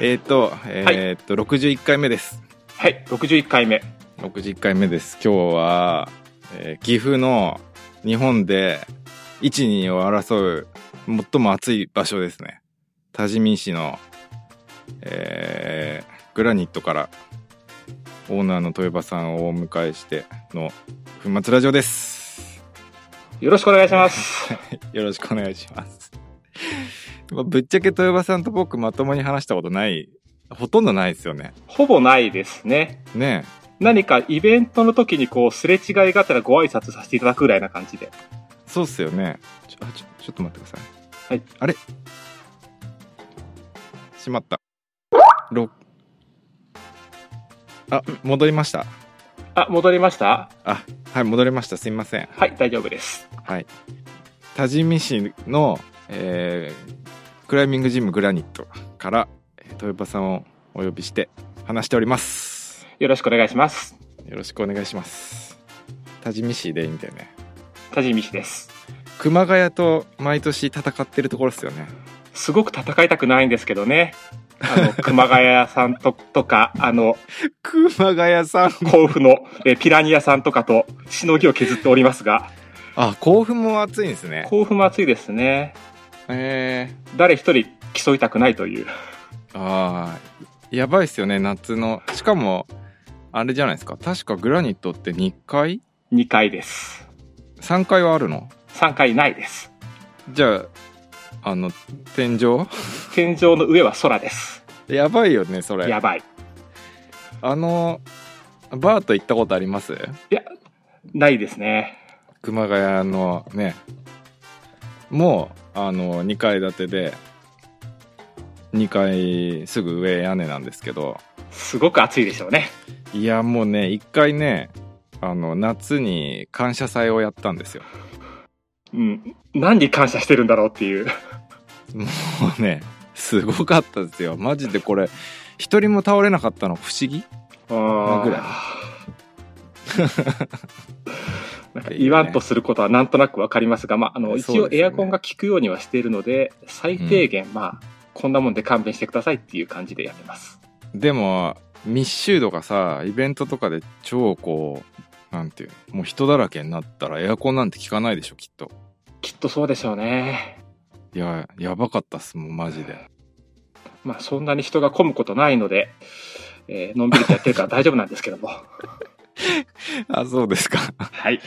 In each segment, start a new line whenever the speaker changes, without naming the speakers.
えーっと、えーっと、61回目です。
はい、61回目。
61回目です。今日は、えー岐阜の日本で1、2を争う最も熱い場所ですね。多治見市の、えーグラニットからオーナーの豊場さんをお迎えしての粉末ラジオです。
よろしくお願いします。
よろしくお願いします。 まあぶっちゃけ豊場さんと僕まともに話したことない、ほとんどないですよね。
ほぼないですね。
ねえ。
何かイベントの時にこう、すれ違いがあったらご挨拶させていただくぐらいな感じで。
そうっすよね。ちょ、あちょちょっと待ってください。
はい。
あれしまった。ろあ、戻りました。
あ、戻りました
あ、はい、戻りました。すいません。
はい、大丈夫です。
はい。多治見市の、えークライミングジムグラニットから、えー豊場さんをお呼びして話しております。
よろしくお願いします。
よろしくお願いします。多治見市でいいんだよね。
田地美希です。
熊谷と毎年戦ってるところですよね。
すごく戦いたくないんですけどね。あの、熊谷さんととか、あの、
熊谷さん
甲府のえーピラニアさんとかとしのぎを削っておりますが、
あ、甲府も暑いんですね。
甲府も暑いですね。
え
誰一人競いたくないという。
ー、あーやばいっすよね、夏の。しかも、あれじゃないですか。確かグラニットって2階
2回です。
?3 階はあるの
3回ないです。
じゃあ、あの、天井
天井の上は空です。
やばいよね、それ
や。ばい。
あの、バーと行ったことあります
ないですね。
熊谷のね、もう、あの、2階建てで、2階すぐ上屋根なんですけど、
すごく暑いでしょうね。
いやもうね一回ねあの夏に感謝祭をやったんですよ
うん。何に感謝してるんだろうっていう。
もうねすごかったですよマジでこれ一人も倒れなかったの不思議
あ
ぐらい
なんか言わんとすることはなんとなくわかりますが、まあ、あの、
そうです
一
よ
応
ね
エアコンが効くようにはしているので、最低限、まあ、こんなもんで勘弁してくださいっていう感じでやってます。
でも密集度がさイベントとかで超こうなんていうのもう人だらけになったらエアコンなんて効かないでしょきっと
きっとそうでしょうね。
いややばかったっすもうマジで
まあ、そんなに人が混むことないので、えーのんびりとやってるから大丈夫なんですけ ども。
あそうですか
はい。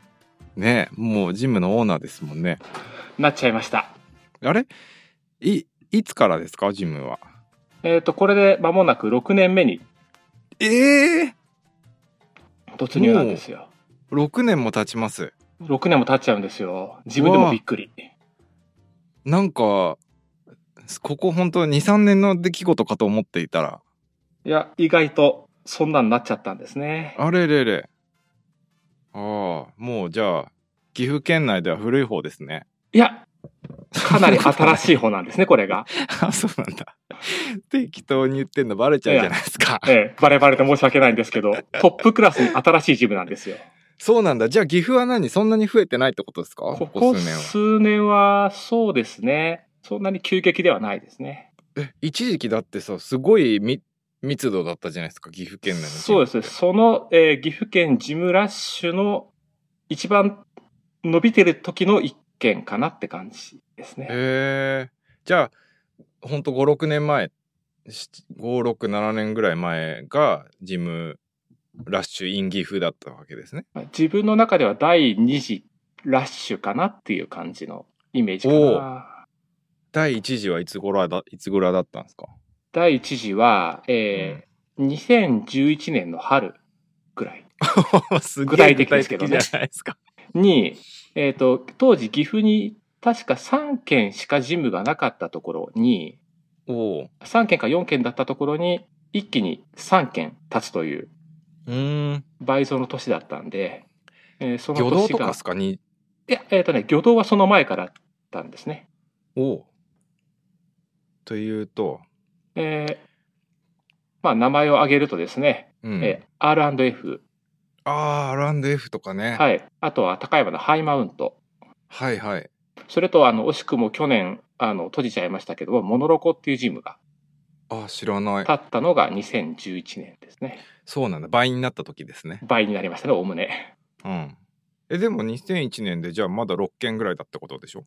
ねもうジムのオーナーですもんね
なっちゃいました。
あれいいつからですかジムは
えっ、と、これで間もなく6年目に
ええ
突入なんですよ。
6年も経ちます
6年も経っちゃうんですよ。自分でもびっくり。
なんかここ本当23年の出来事かと思っていたら
いや、意外とそんなになっちゃったんですね。
あれれれああもうじゃあ岐阜県内では古い方ですね
いや、かなり新しい方なん ですね、これが。
あそうなんだ適当に言ってんのバレちゃうじゃないですか
ええ、バレバレで申し訳ないんです けど、トップクラスに新しいジムなんですよ。
そうなんだじゃあ岐阜は何そんなに増えてないってことですか
こ
こ
こ
こ
数
数
年
年
は
は。
そうですね。そんなに急激ではないですね。
え一時期だってさすごい密密度だったじゃないですか岐阜県内の
そうですね。その、えー岐阜県ジムラッシュの一番伸びてる時の一件かなって感じですね。
へえじゃあほんと56年前567年ぐらい前がジムラッシュインギフだったわけですね
まあ自分の中では第2次ラッシュかなっていう感じのイメージか
お
な。
第1次はいつ頃だい つ頃だったんですか
第1次は、えー2011年の春ぐらい
す
具体的ですけど
具
ね
体じゃないですか
に、えっ、と、当時岐阜に確か3軒しかジムがなかったところに、
おお
3軒か4軒だったところに、一気に3軒立つという
うーん
倍増の年だったんで、えーその
魚道
年
と
が
かですかに
いや、えっ、とね、魚道はその前からだったんですね。
おおというと
えーまあ名前を挙げるとですね、
うん、
えー R&F、
ああ R&F とかね、
はい、あとは高山のハイマウント、
はいはい
それとあの惜しくも去年あの閉じちゃいましたけども、モノロコっていうジムが
あ、知らない。
経ったのが2011年ですね。
そうなんだ。倍になった時ですね。
倍になりましたね、おおむね。
うん。え、でも2001年でじゃあまだ6件ぐらいだってことでしょ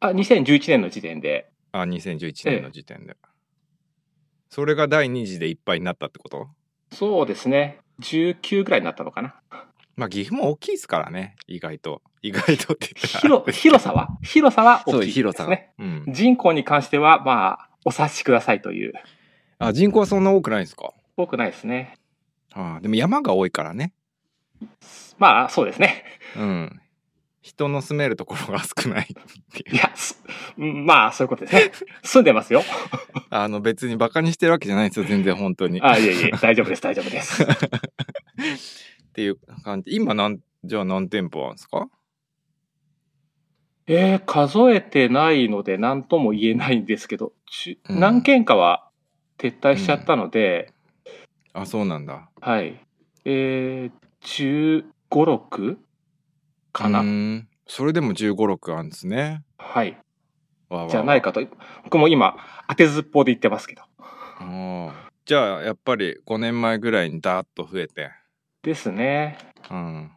あ、2011年の時点で、
あ、2011年の時点で。それが第2次でいっぱいになったってこと
そうですね、19ぐらいになったの かな。
まあ岐阜も大きいですからね。意外と。意外とって言ったら
広、広さは、広さは
そ
大
う
きいですね。
広さが。うん。
人口に関しては、まあ、お察しくださいという。
あ、人口はそんな多くないんですか
多くないですね。
ああでも山が多いからね。
まあ、そうですね。
うん。人の住めるところが少ない っていう
いや、すうんまあ、そういうことです ね。住んでますよ。
あの別にバカにしてるわけじゃないんですよ、全然本当に。
あ、いえいえ、大丈夫です、大丈夫です。
っていう感じ。今なん、じゃあ何店舗あるんですか
えー、数えてないので何とも言えないんですけど、ちゅ
うん
何件かは撤退しちゃったので、
あ、そうなんだ。
はい。えー、15、6? かな、
うーんそれでも15、6あるんですね。
はい。
わあわあ
じゃない。かと。僕も今、当てずっぽうで言ってますけど。
うんじゃあ、やっぱり5年前ぐらいにダーッと増えて。
ですね。
うん。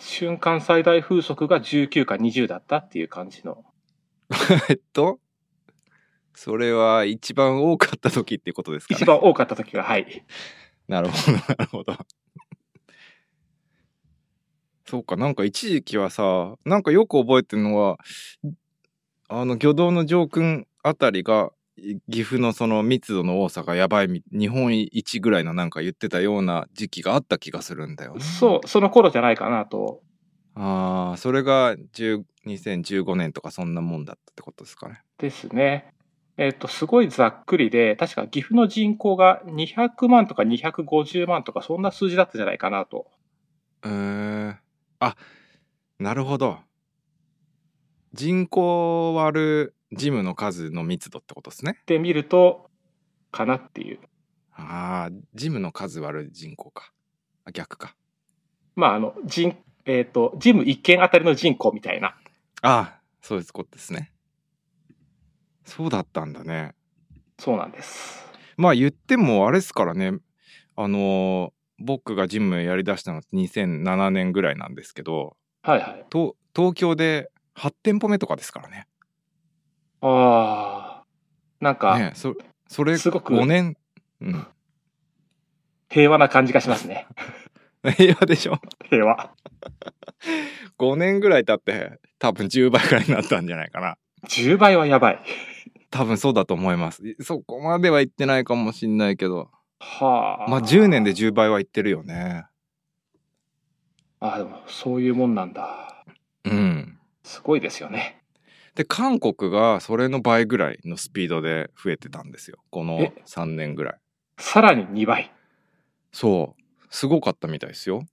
瞬間最大風速が19か20だったっていう感じ の。
えっと、それは一番多かった時っていうことですかね。
一番多かった時が、はい。
なるほど、 なるほど。そうか、なんか一時期はさ、なんかよく覚えてるのは、あの、魚道の上空あたりが、い岐阜のその密度の多さがやばいみ、日本一ぐらいのなんか言ってたような時期があった気がするんだよね。
そう、その頃じゃないかなと。
ああ、それが10 2015年とかそんなもんだったってことですかね。
ですね。えっ、と、すごいざっくりで、確か岐阜の人口が200万とか250万とか、そんな数字だったじゃないかなと。
えー、あ、なるほど。人口割るジムの数の密度ってことですね。
で見ると、かなっていう。
ああ、ジムの数割る人口か。あ逆か。
まあ、あの、人、えっ、と、ジム1軒あたりの人口みたいな。
ああ、そういうことですね。そうだったんだね。
そうなんです。
まあ言ってもあれですからね。あのー僕がジムやりだしたのって2007年ぐらいなんですけど、
はいはい。
と東京で8店舗目とかですからね。
ああ。なんか、
ねそそれ
すごく
5年。うん。
平和な感じがしますね。
平和でしょ
平和。
5年ぐらい経って多分10倍ぐらいになったんじゃないかな
10倍はやばい。
多分そうだと思いますそこまでは行ってないかもしんないけど
はあ。
まあ10年で10倍は行ってるよね
あ、でも、そういうもんなんだ。
うん
すごいですよね。
で韓国がそれの倍ぐらいのスピードで増えてたんですよこの
え
3年ぐらい
さらに2倍。
そうすごかったみたいですよ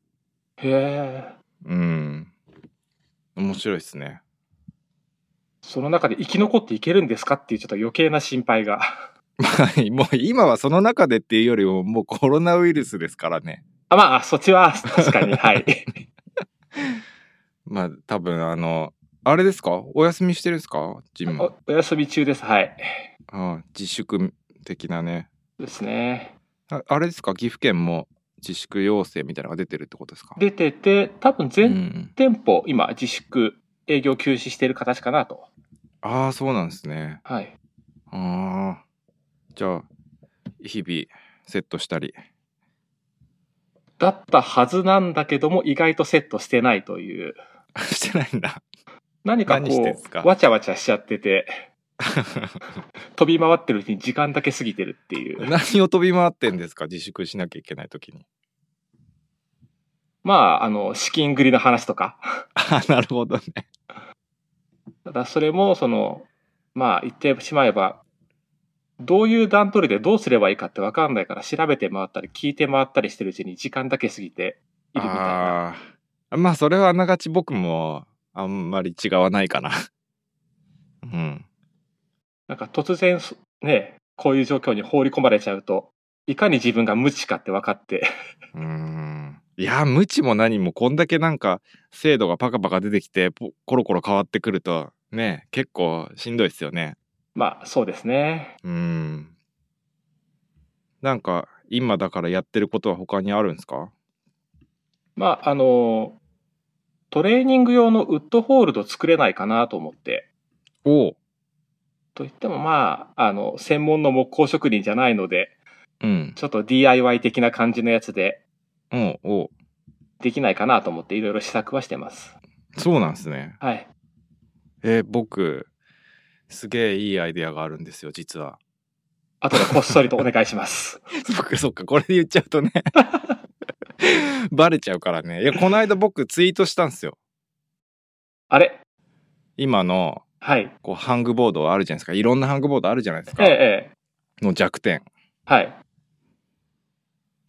へえ。
うん面白いですね
その中で生き残っていけるんですかっていうちょっと余計な心配が。
はいもう今はその中でっていうよりももうコロナウイルスですからね
あ、まあ、そっちは 確かに、はい。
まあ多分あのあれですかお休みしてるんですかジム
おお休み中です、はい。
ああ自粛的なね
ですね。
ああれですか岐阜県も自粛要請みたいなのが出てるってことですか
出てて、多分
う
全
ん、
店舗、今、自粛、営業休止してる形かなと。
ああそうなんですね
はい。
ああじゃあ日々セットしたり
だったはずなんだけども、意外とセットしてないという。
あしてないん だ
何か
何してん
こ
すか
う、わちゃわちゃしちゃって て、飛び回ってるうちに時間だけ過ぎてるっていう。
何を飛び回ってんですか自粛しなきゃいけない時に
まあ、あの、資金繰りの話とか。
ああなるほどね
ただ、それも、その、まあ、言ってしまえば、どういう段取りでどうすればいいかってわかんないから、調べて回ったり、聞いて回ったりしてるうちに時間だけ過ぎているみたいな。
ああまあそれはあながち僕もあんまり違わないかなうん
なんか突然、そね、こういう状況に放り込まれちゃうと、いかに自分が無知かって分かって、
うーんいや無知も何もこんだけなんか精度がパカパカ出てきてポコロコロ変わってくるとね結構しんどいっすよね
まあ、そうですね。
うーんなんか今だからやってることは他にあるんですか
まあ、あの、トレーニング用のウッドホールド作れないかなと思って。
おう
といってもまあ、あの、専門の木工職人じゃないので、
うん
ちょっと DIY 的な感じのやつで
おうおう
できないかなと思っていろいろ試作はしてます。
そうなんですね
はい。
えー僕すげえいいアイデアがあるんですよ実は
あとでこっそりとお願いします。
そっかそっかこれで言っちゃうと ねバレちゃうからねいやこの間僕ツイートしたんですよ
あれ
今の
はい。
こうハングボードあるじゃないですかいろんなハングボードあるじゃないです
え
か
え、ええ。
の弱点
はい。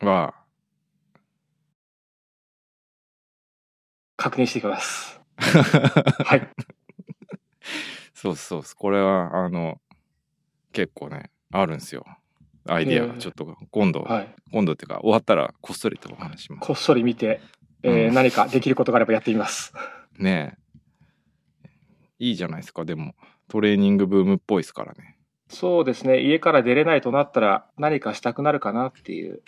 は
確認していき ます。はい。
そうそうそうこれはあの結構ねあるんですよアイディア
え
が
ー
ちょっと今度、
はい。
今度っていうか終わったらこっそりとお話します
こっそり見て、えー
うん
何かできることがあればやってみます。
ねえいいじゃないですかでもトレーニングブームっぽいですからね
そうですね。家から出れないとなったら何かしたくなるかなっていう。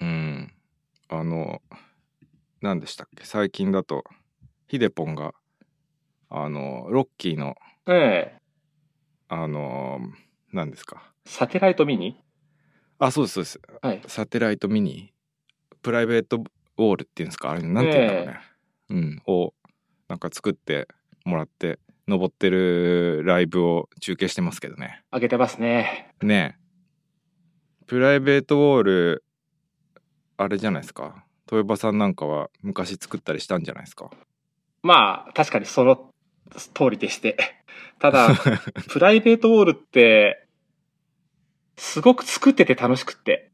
うんあの何でしたっけ最近だとヒデポンがあのロッキーの
ええ
あの何ですか
サテライトミニ
あそうですそうです
はい。
サテライトミニプライベートウォールっていうんですかあれなんていうんだろうね、うんをなんか作ってもらって登ってるライブを中継してますけどね
あげてますね。
ねえプライベートウォールあれじゃないですか豊場さんなんかは昔作ったりしたんじゃないですか
まあ、確かにその通りでして。ただ、 プライベートウォールって、すごく作ってて楽しくって。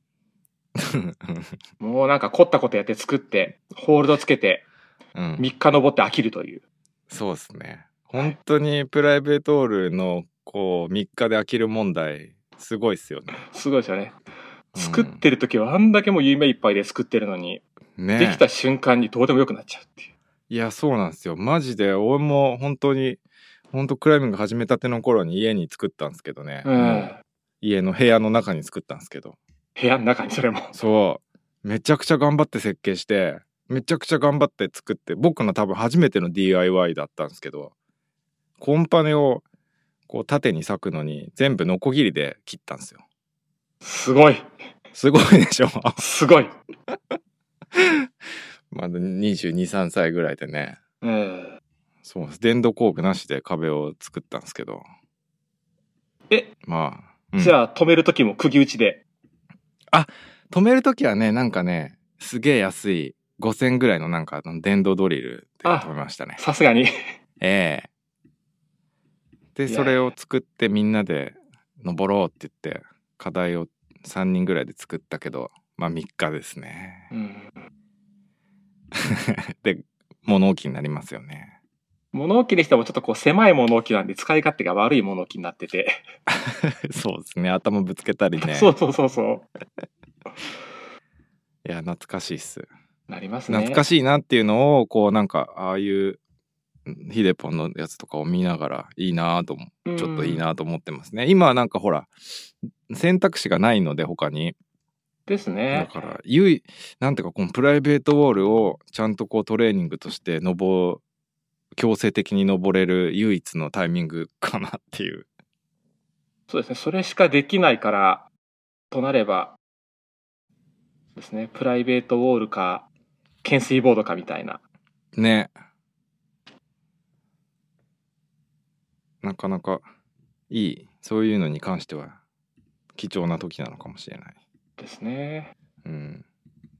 もうなんか凝ったことやって作って、ホールドつけて、
うん
3日登って飽きるという。
そうですね本当にプライベートウォールのこう3日で飽きる問題すごいっすよね
すごいですよね。
うん
作ってる時はあんだけもう夢いっぱいで作ってるのに、
ねえ
できた瞬間にどうでもよくなっちゃうっていう。
いや、そうなんですよ。マジで、俺も本当に、本当クライミング始めたての頃に家に作ったんですけどね。
うん
もう家の部屋の中に作ったんですけど。
部屋の中にそれも。
そう。めちゃくちゃ頑張って設計して、めちゃくちゃ頑張って作って、僕の多分初めての DIY だったんですけど、コンパネをこう縦に裂くのに全部ノコギリで切ったんですよ。
すごい。
すごいでしょ
すごい。
まだ22、3歳ぐらいでね。
えー
そうです。電動工具なしで壁を作ったんですけど。
え、
まあ。うん
じゃあ止める時も釘打ちで。
止めるときはね、なんかね、すげえ安い5000ぐらいのなんかあの電動ドリルで
あ
止めましたね。
さすがに。
ええで、
いや
それを作ってみんなで登ろうって言って、課題を3人ぐらいで作ったけど、まあ3日ですね。
うん
で、物置になりますよね。
物置にしてもちょっとこう狭い物置なんで使い勝手が悪い物置になってて。
そうですね。頭ぶつけたりね。
そうそうそうそ
いや、懐かしいっす。
う。なりますね。
懐か
し
しいなっていうのを、こうなんか、ああいう、うんヒデポンのやつとかを見ながら、いいなぁと思う。
い
ちょっといい。なと思ってますね。今はなんかほら、選択肢がないので他に。
です
だ
ね。
から、ゆい、なんていうか、このプライベートウォールをちゃんとこうトレーニングとして登、強制的に登れる唯一のタイミングかなっていう。
そうですね。それしかできないから、となれば、そうですね。プライベートウォールか、懸垂ボードかみたいな。
ね。なかなかいい、そういうのに関しては貴重な時なのかもしれない。
ですね。
うん。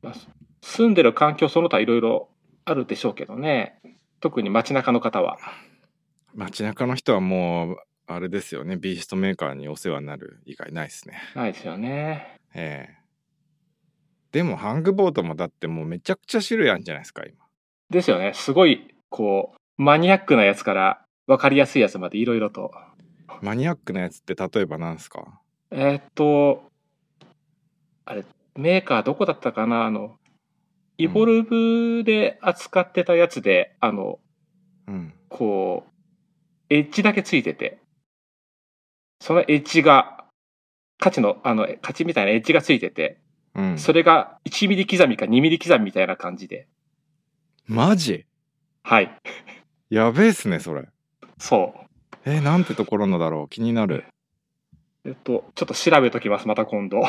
まあ、す住んでる環境その他いろいろあるでしょうけどね。特に街中の方は。
街中の人はもう、あれですよね。ビーストメーカーにお世話になる以外ないですね。
ないですよね。
ええでもハングボードもだってもうめちゃくちゃ種類あるんじゃないですか今
ですよね。すごい、こう、マニアックなやつから、わかりやすいやつまでいろいろと。
マニアックなやつって例えばなんですか
えーっと、あれ、メーカーどこだったかなあの、イボルブで扱ってたやつで、あの、
うん
こう、エッジだけついてて、そのエッジが価値の、あの、価値みたいなエッジがついてて、
うん。
それが1ミリ刻みか2ミリ刻みみたいな感じで。
マジ
はい。
やべえっすね、それ。
そ
えーなんてところのだろう気になる。
う。えっと、ちょっと調べときます、また今度。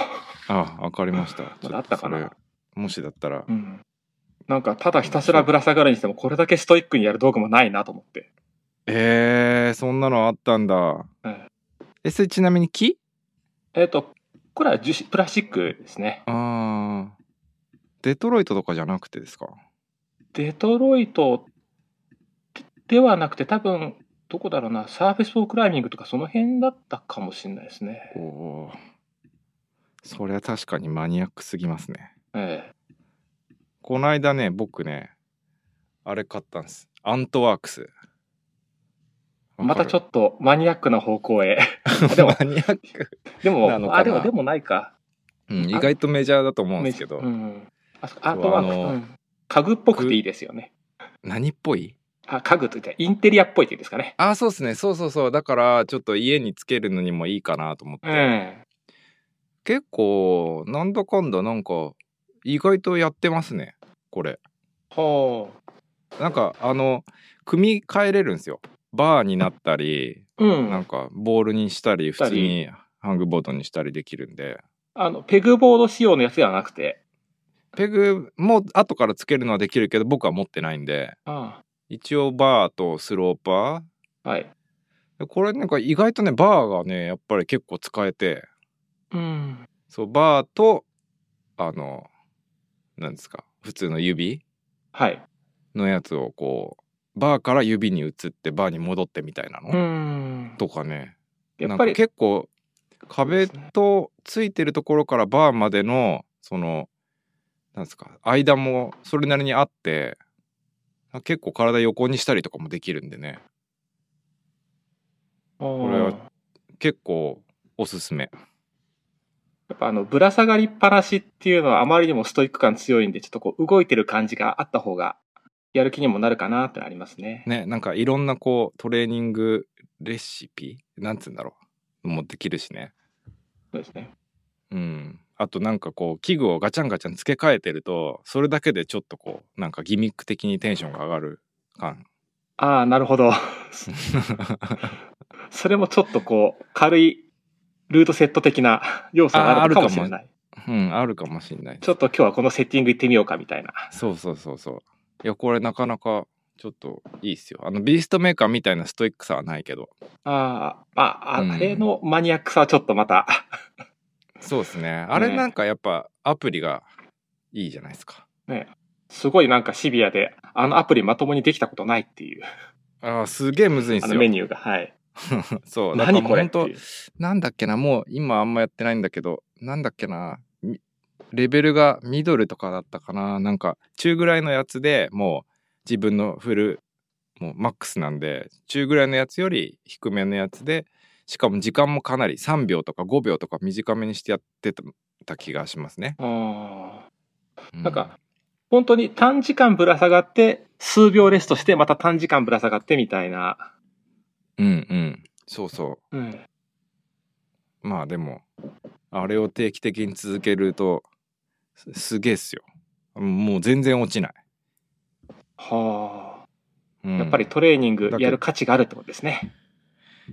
あ、わかりました。ちょ
まだあったかな
それもしだったら
う。ん。なんか、ただひたすらぶら下がるにしても、これだけストイックにやる道具もないなと思って。
えー、そんなのあったんだ。
はい
え、それちなみに木
えっと、これは樹脂プラスチックですね。
ああ。デトロイトとかじゃなくてですか
デトロイトでではなくて、多分、どこだろうな、サーフェスフォークライミングとかその辺だったかもしれないですね。
おおー。それは確かにマニアックすぎますね。
ええ
この間ね、僕ね、あれ買ったんです。アントワークス。
またちょ
っ
っとマニアックな方向 へ。
と
でも
マニアック。
で
なの
も、
かな
あ、でも、でもないか。
うん、意外とメジャーだと思うんですけど、
うん。あそこアートワーク、
そうあの
うん家具っぽくていいですよね。
何っぽい
あ家具といってインテリアっぽいっていうんですかね。
あーそうですねそうそうそうだからちょっと家につけるのにもいいかなと思って、
え
結構なんだかんだなんか意外とやってますねこれ
えほ
なんかあの組み替えれるんですよバーになったり、
う。うん。
なんかボールにしたり
した
普
り
通にハングボードにしたりできるんで
あの、ペグボード仕様のやつではなくて。
ペグも後からつけるのはできるけど僕は持ってないんで
あ
一応バーとスローパ
あはい。
ーこれなんか意外とねバーがねやっぱり結構使えて
うん。
そうバーとあのなんですか普通の指
はい。
のやつをこうバーから指に移ってバーに戻ってみたいなの、
うん。
とかね
やっぱ
なん
り
か、結構壁
そうですね
とついてるところからバーまでのそのなんですか間もそれなりにあって結構体横にしたりとかもできるんでね
こ
れは
や
結構おすすめ
っぱあの、ぶら下がりっぱなしっていうのはあまりにもストイック感強いんで、ちょっとこう、動いてる感じがあった方が、やる気にもなるかなってのありますね。
ねなんかいろんなこうトレーニングレシピなんつうんだろうもできるしね
そうですね。
うん、あとなんかこう器具をガチャンガチャン付け替えてるとそれだけでちょっとこうなんかギミック的にテンションが上がる感
ああ、なるほど。それもちょっとこう、軽いルートセット的な要素があるのかもしれない。
うんあるかもしんない
ちょっと今日はこのセッティング行ってみようかみたいな。
そうそうそうそういやこれなかなかちょっといいっすよあのビーストメーカーみたいなストイックさはないけど
ああ、まあ、
うん
ああれのマニアックさはちょっとまた、
そうですねあれ
ね
なんかやっぱアプリがいいじゃないですか
ね、すごいなんかシビアで、あのアプリまともにできたことないっていう、
あーすげえむずいんす
あの
よ
メニューが。はい。
そうだから
何
も
こ
う
れ
ほん
って
と
いう。
なんだっけなもう今あんまやってないんだけどなんだっけなみレベルがミドルとかだったかななんか中ぐらいのやつでもう自分のフルもうマックスなんで中ぐらいのやつより低めのやつでしかも時間もかなり3秒とか5秒とか短めにしてやってたた気がしますね。
あ
う
あなんか、本当に短時間ぶら下がって、数秒レストして、また短時間ぶら下がってみたいな。
うんうんそうそ
うん。
うまあでもあれを定期的に続けるとすすげえっすよもう全然落ちない、
は
うん
あ。やっぱりトレーニン
だ
グ
けど
やる価値があるってことですね。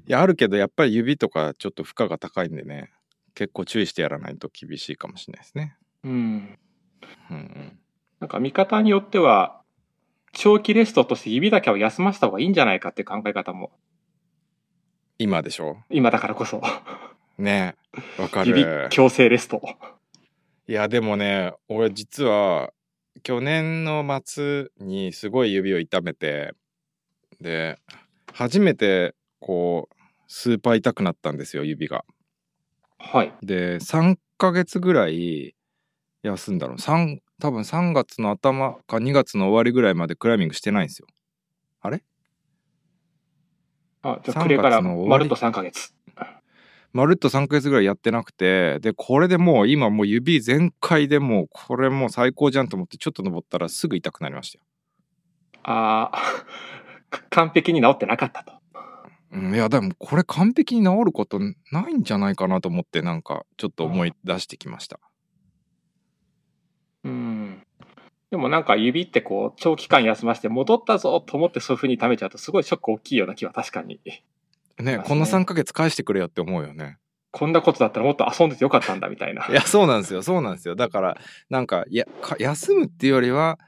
いやあるけどやっぱり指とかちょっと負荷が高いんでね結構注意してやらないと厳しいかもしれないですね。
うん。
うんうん、
なんか見方によっては、長期レストとして指だけを休ませた方がいいんじゃないかっていう考え方も、
今でしょ
今だからこそ。
ねわか
指
る。
強制レスト。
いやでもね俺実は去年の末にすごい指を痛めてで初めてこうスーパー痛くなったんですよ指が。
はい。
で3ヶ月ぐらい休んだの3多分3月の頭か2月の終わりぐらいまでクライミングしてないんですよ。
あ、じゃ
3
あ、暮れから
月の終わり
まるっと3ヶ月。
まるっと3ヶ月ぐらいやってなくてでこれでもう今もう指全開でもうこれもう最高じゃんと思ってちょっと登ったらすぐ痛くなりましたよ
ああ、完璧に治ってなかったと。
うんいや、でもこれ完璧に治ることないんじゃないかなと思って、なんかちょっと思い出してきました。
うん。でもなんか指ってこう、長期間休ませて戻ったぞと思ってそういう風に食べちゃうとすごいショック大きいような気は確かに。
ね、
ますね
こんな3ヶ月返してくれよって思うよね。
こんなことだったらもっと遊んでてよかったんだみたいな。
いや、そうなんですよ。そうなんですよ。だから、なんか、や、か休むっていうよりは、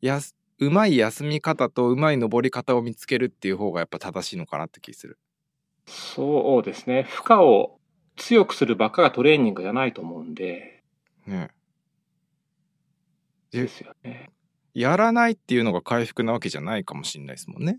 やす、うまい休み方とうまい登り方を見つけるっていう方がやっぱ正しいのかなって気する。
そうですね。負荷を強くするばっかがトレーニングじゃないと思うんで。
ね。え
ですよね。
やらないっていうのが回復なわけじゃないかもしれないですもんね。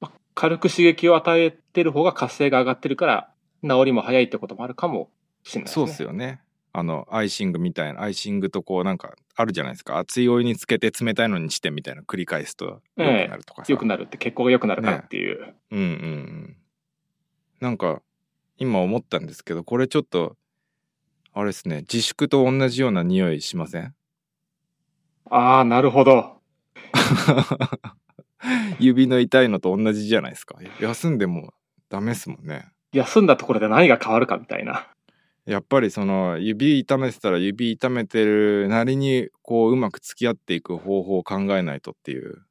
まあ軽く刺激を与えてる方が活性が上がってるから、治りも早いってこともあるかもしれないです
そ
ね。
うですよね。あの、アイシングみたいな、アイシングとこうなんかあるじゃないですか。熱いお湯につけて冷たいのにしてみたいな繰り返すと良くなるとかさ。
良くなるって血行が良くなるからっていう。
うんうんうん。なんか今思ったんですけどこれちょっとあれですね自粛と同じような匂いしま せん
ああ、なるほど。
指の痛いのと同じじゃないですか休んでもダメですもんね
休んだところで何が変わるかみたいな。
やっぱりその指痛めてたら指痛めてるなりにこううまく付き合っていく方法を考えないとっていう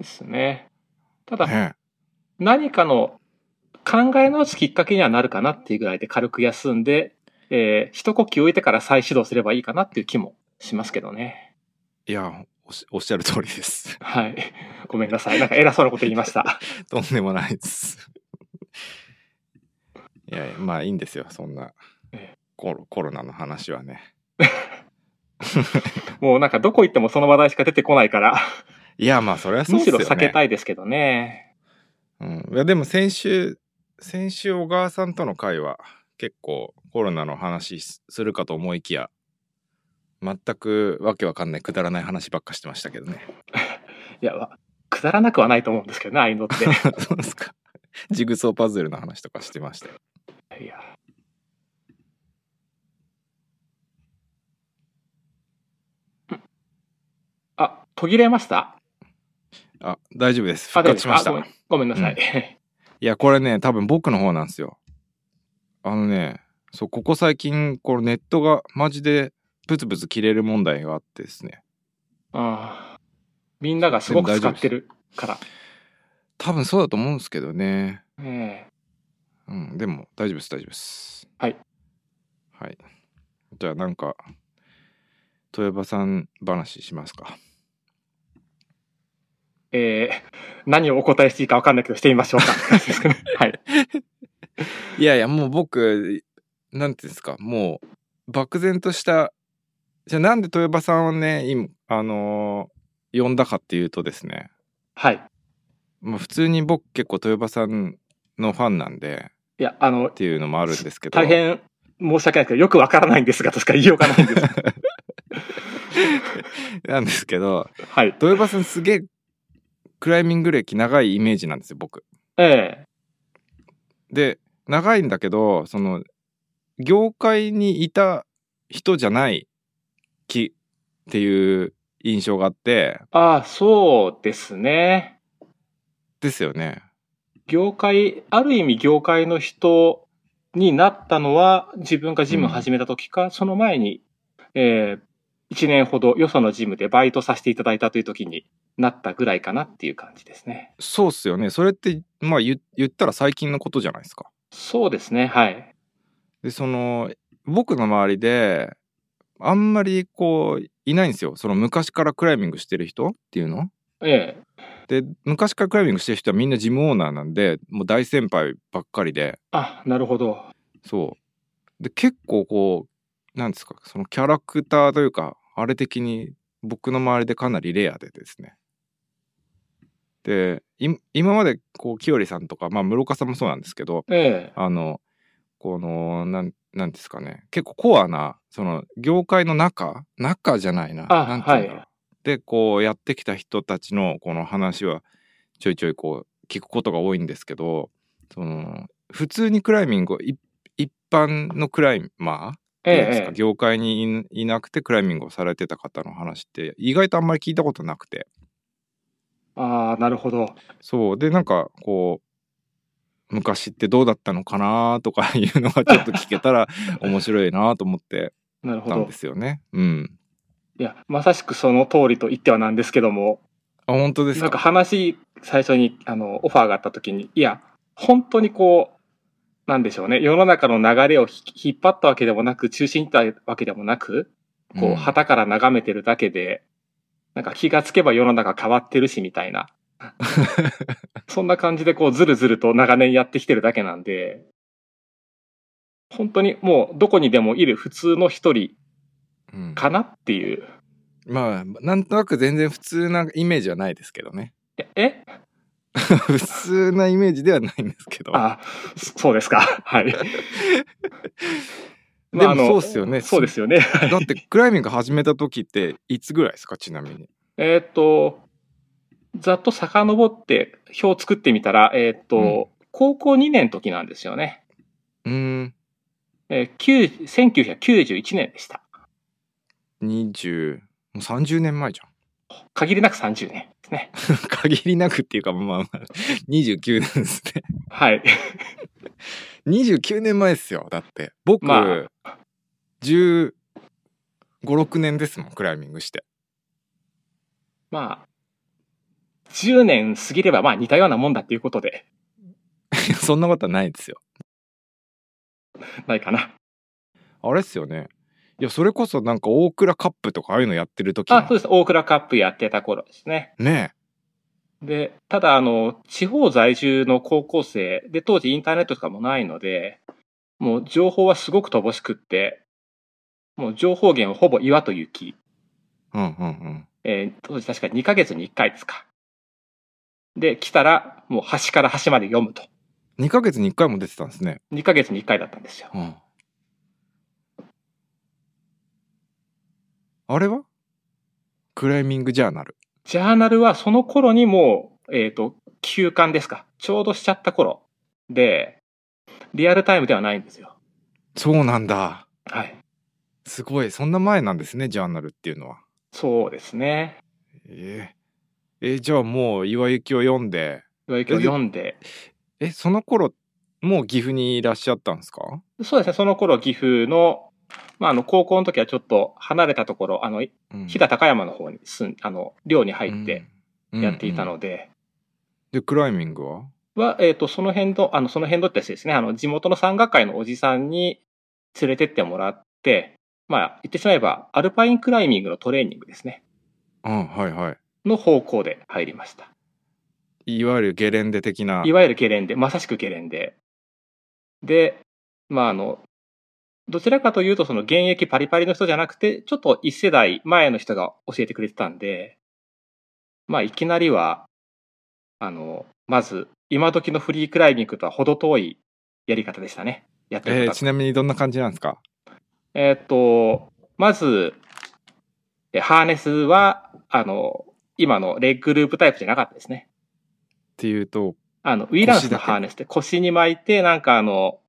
ですね。ただ、
ね
何かの考え直すきっかけにはなるかなっていうぐらいで軽く休んで、えー一呼吸置いてから再始動すればいいかなっていう気もしますけどね。
いやおし おっしゃる通りです
はい。 ごめんなさい。なんか偉そうなこと言いました。
とんでもないです いやいやまあいいんですよそんな
え
コロコロナの話はね
もうなんかどこ行ってもその話題しか出てこないから、
いやまあそれはそう
む
で
し
すよ
ろ
ね
避けたいですけどね。
うん、いやでも先週先週小川さんとの会は結構コロナの話すするかと思いきや全くわけわかんないくだらない話ばっかしてましたけどね
いや、わくだらなくはないと思うんですけどね、ああいうのって。
そうですかジグソーパズルの話とかしてましたよ
いや。あ、途切れました
あ大丈夫です
あ
復活しました
大丈夫ですあごめんごめんなさい。
いやこれね多分僕の方なんですよあのねそうここ最近このネットがマジでブツブツ切れる問題があってですね
ああみんながすごく使ってるから。
多分そうだと思うんですけどね
ええ
うん、でも大丈夫です大丈夫です。
はい。
はい。じゃあなんか豊場さん話しますか。
ええ何をお答えしていいか分かんないけど、してみましょうか。はい。
いやいやもう僕なんていうんですかもう漠然としたじゃあなんで豊場さんをね今あのー呼んだかっていうとですね、
はい。
まあ、普通に僕結構豊場さんのファンなんで
いや、あの
っ、ていうのもあるんですけど
大変申し訳ないですけど、よく分からないんですが、としか言いようがないんです。
なんですけど
はい。
豊場さんすげえクライミング歴長いイメージなんですよ僕。
ええ
で長いんだけどその業界にいた人じゃない気っていう印象があって
ああ、そうですね。
ですよね
業界、ある意味業界の人になったのは、自分がジムを始めた時か、その前に、えー、1年ほどよそのジムでバイトさせていただいたという時になったぐらいかなっていう感じですね。
そうっすよねそれってまあ言言ったら最近のことじゃないですか
そうですね、はい。
でその僕の周りであんまりこういないんですよその昔からクライミングしてる人っていうの
ええ
で昔からクライミングしてる人はみんなジムオーナーなんでもう大先輩ばっかりで
あ、なるほど。
そう。で、結構こう、なんですか、そのキャラクターというか、あれ的に僕の周りでかなりレアでですね。で、い今までこう、きよりさんとか、まあ、室岡さんもそうなんですけど、
ええ
あの、この、なん、なんですかね、結構コアな、その、業界の中、中じゃないな、
あ
なんていうんだろう
は
で、こう、やってきた人たちの、この話は、ちょいちょいこう、聞くことが多いんですけど、その、普通にクライミングを、い一般のクライマーっていうんですか、
ええ
業界にいいなくてクライミングをされてた方の話って、意外とあんまり聞いたことなくて、
ああ、なるほど。
そうでなんかこう昔ってどうだったのかなとか いうのがちょっと聞けたら面白いなと思って
なるほ
たん
ど
で。すよね。うん。
いや、まさしくその通りと言ってはなんですけども、
あ、本当です
なん
か。
か話、最初に、あの、オファーがあった時に、いや、本当にこう、なんでしょうね、世の中の流れをひ引っ張ったわけでもなく、中心にいったわけでもなく、こう、旗から眺めてるだけで、なんか気がつけば世の中変わってるし、みたいな。そんな感じで、こう、ずるずると長年やってきてるだけなんで、本当にもう、どこにでもいる普通の一人
うん、うん
かなっていう。
まあ、なんとなく全然普通なイメージはないですけどね。
ええ
普通なイメージではないんですけど。
あ、そそうですか。 はい。
で
まああ
も
の
そうですよね。
そうですよね。 は い
だってクライミング始めた時っていつぐらいですかちなみに。
えーっと、ざっと遡って表を作ってみたら、えーっと、
うん
高校2年の時なんですよね。
うーん
えー、9 1991年でした。
20もう30年前じゃん。
限りなく30年ですね。
限りなくっていうかまあまあ29年ですね。
はい。
29年前ですよだって僕、
ま
15、6年ですもんクライミングして。
まあ、10年過ぎればまあ似たようなもんだっていうことで、
いやそんなことはないですよ。
ないかな。
あれっすよね。いやそれこそなんか大倉カップとかああいうのやってる時の
あ、そうです。大倉カップやってた頃ですね。
ね
で、ただ、あの、地方在住の高校生で、当時インターネットとかもないので、もう情報はすごく乏しくって、もう情報源はほぼ岩と雪。
え。うんうんうん。
えー当時確か2ヶ月に1回ですか。で、来たら、もう端から端まで読むと。
2ヶ月に1回も出てたんですね。
2ヶ月に1回だったんですよ。
うんあれはクライミングジャーナル。
ジャーナルはその頃にもう、えっ、と、休刊ですか。ちょうどしちゃった頃で、リアルタイムではないんですよ。
そうなんだ。
はい。
すごい。そんな前なんですね、ジャーナルっていうのは。
そうですね。
えーえーじゃあもう岩雪を読んで、
岩雪を読んで、
え、その頃、もう岐阜にいらっしゃったんですか
そうですね、その頃岐阜の、まあ、あの、高校の時はちょっと離れたところ、あの、飛騨高山の方に住ん、あの、寮に入ってやってい
で。
た
うんうん
ので、
で、クライミングは
は、えっ、と、その辺の、あの、その辺のってやつですね、あの、地元の山岳会のおじさんに連れてってもらって、まあ、言ってしまえば、アルパインクライミングのトレーニングですね、
うん、はいは
の方向で入りました。。
い。いわゆるゲレンデ的ない
わゆるゲレンデ、まさしくゲレンデ。で、まああの、どちらかというとその現役パリパリの人じゃなくて、ちょっと一世代前の人が教えてくれてたんで、まあいきなりは、あの、まず、今時のフリークライミングとは程遠いやり方でしたね。やって
え
る
ー
こと
ち
は
なみにどんな感じなんですか
えーっと、まず、えハーネスは、あの、今のレッグループタイプじゃなかったですね。
っていうと、
あの、ウィーランスのハーネスって腰に巻いて、なんかあの、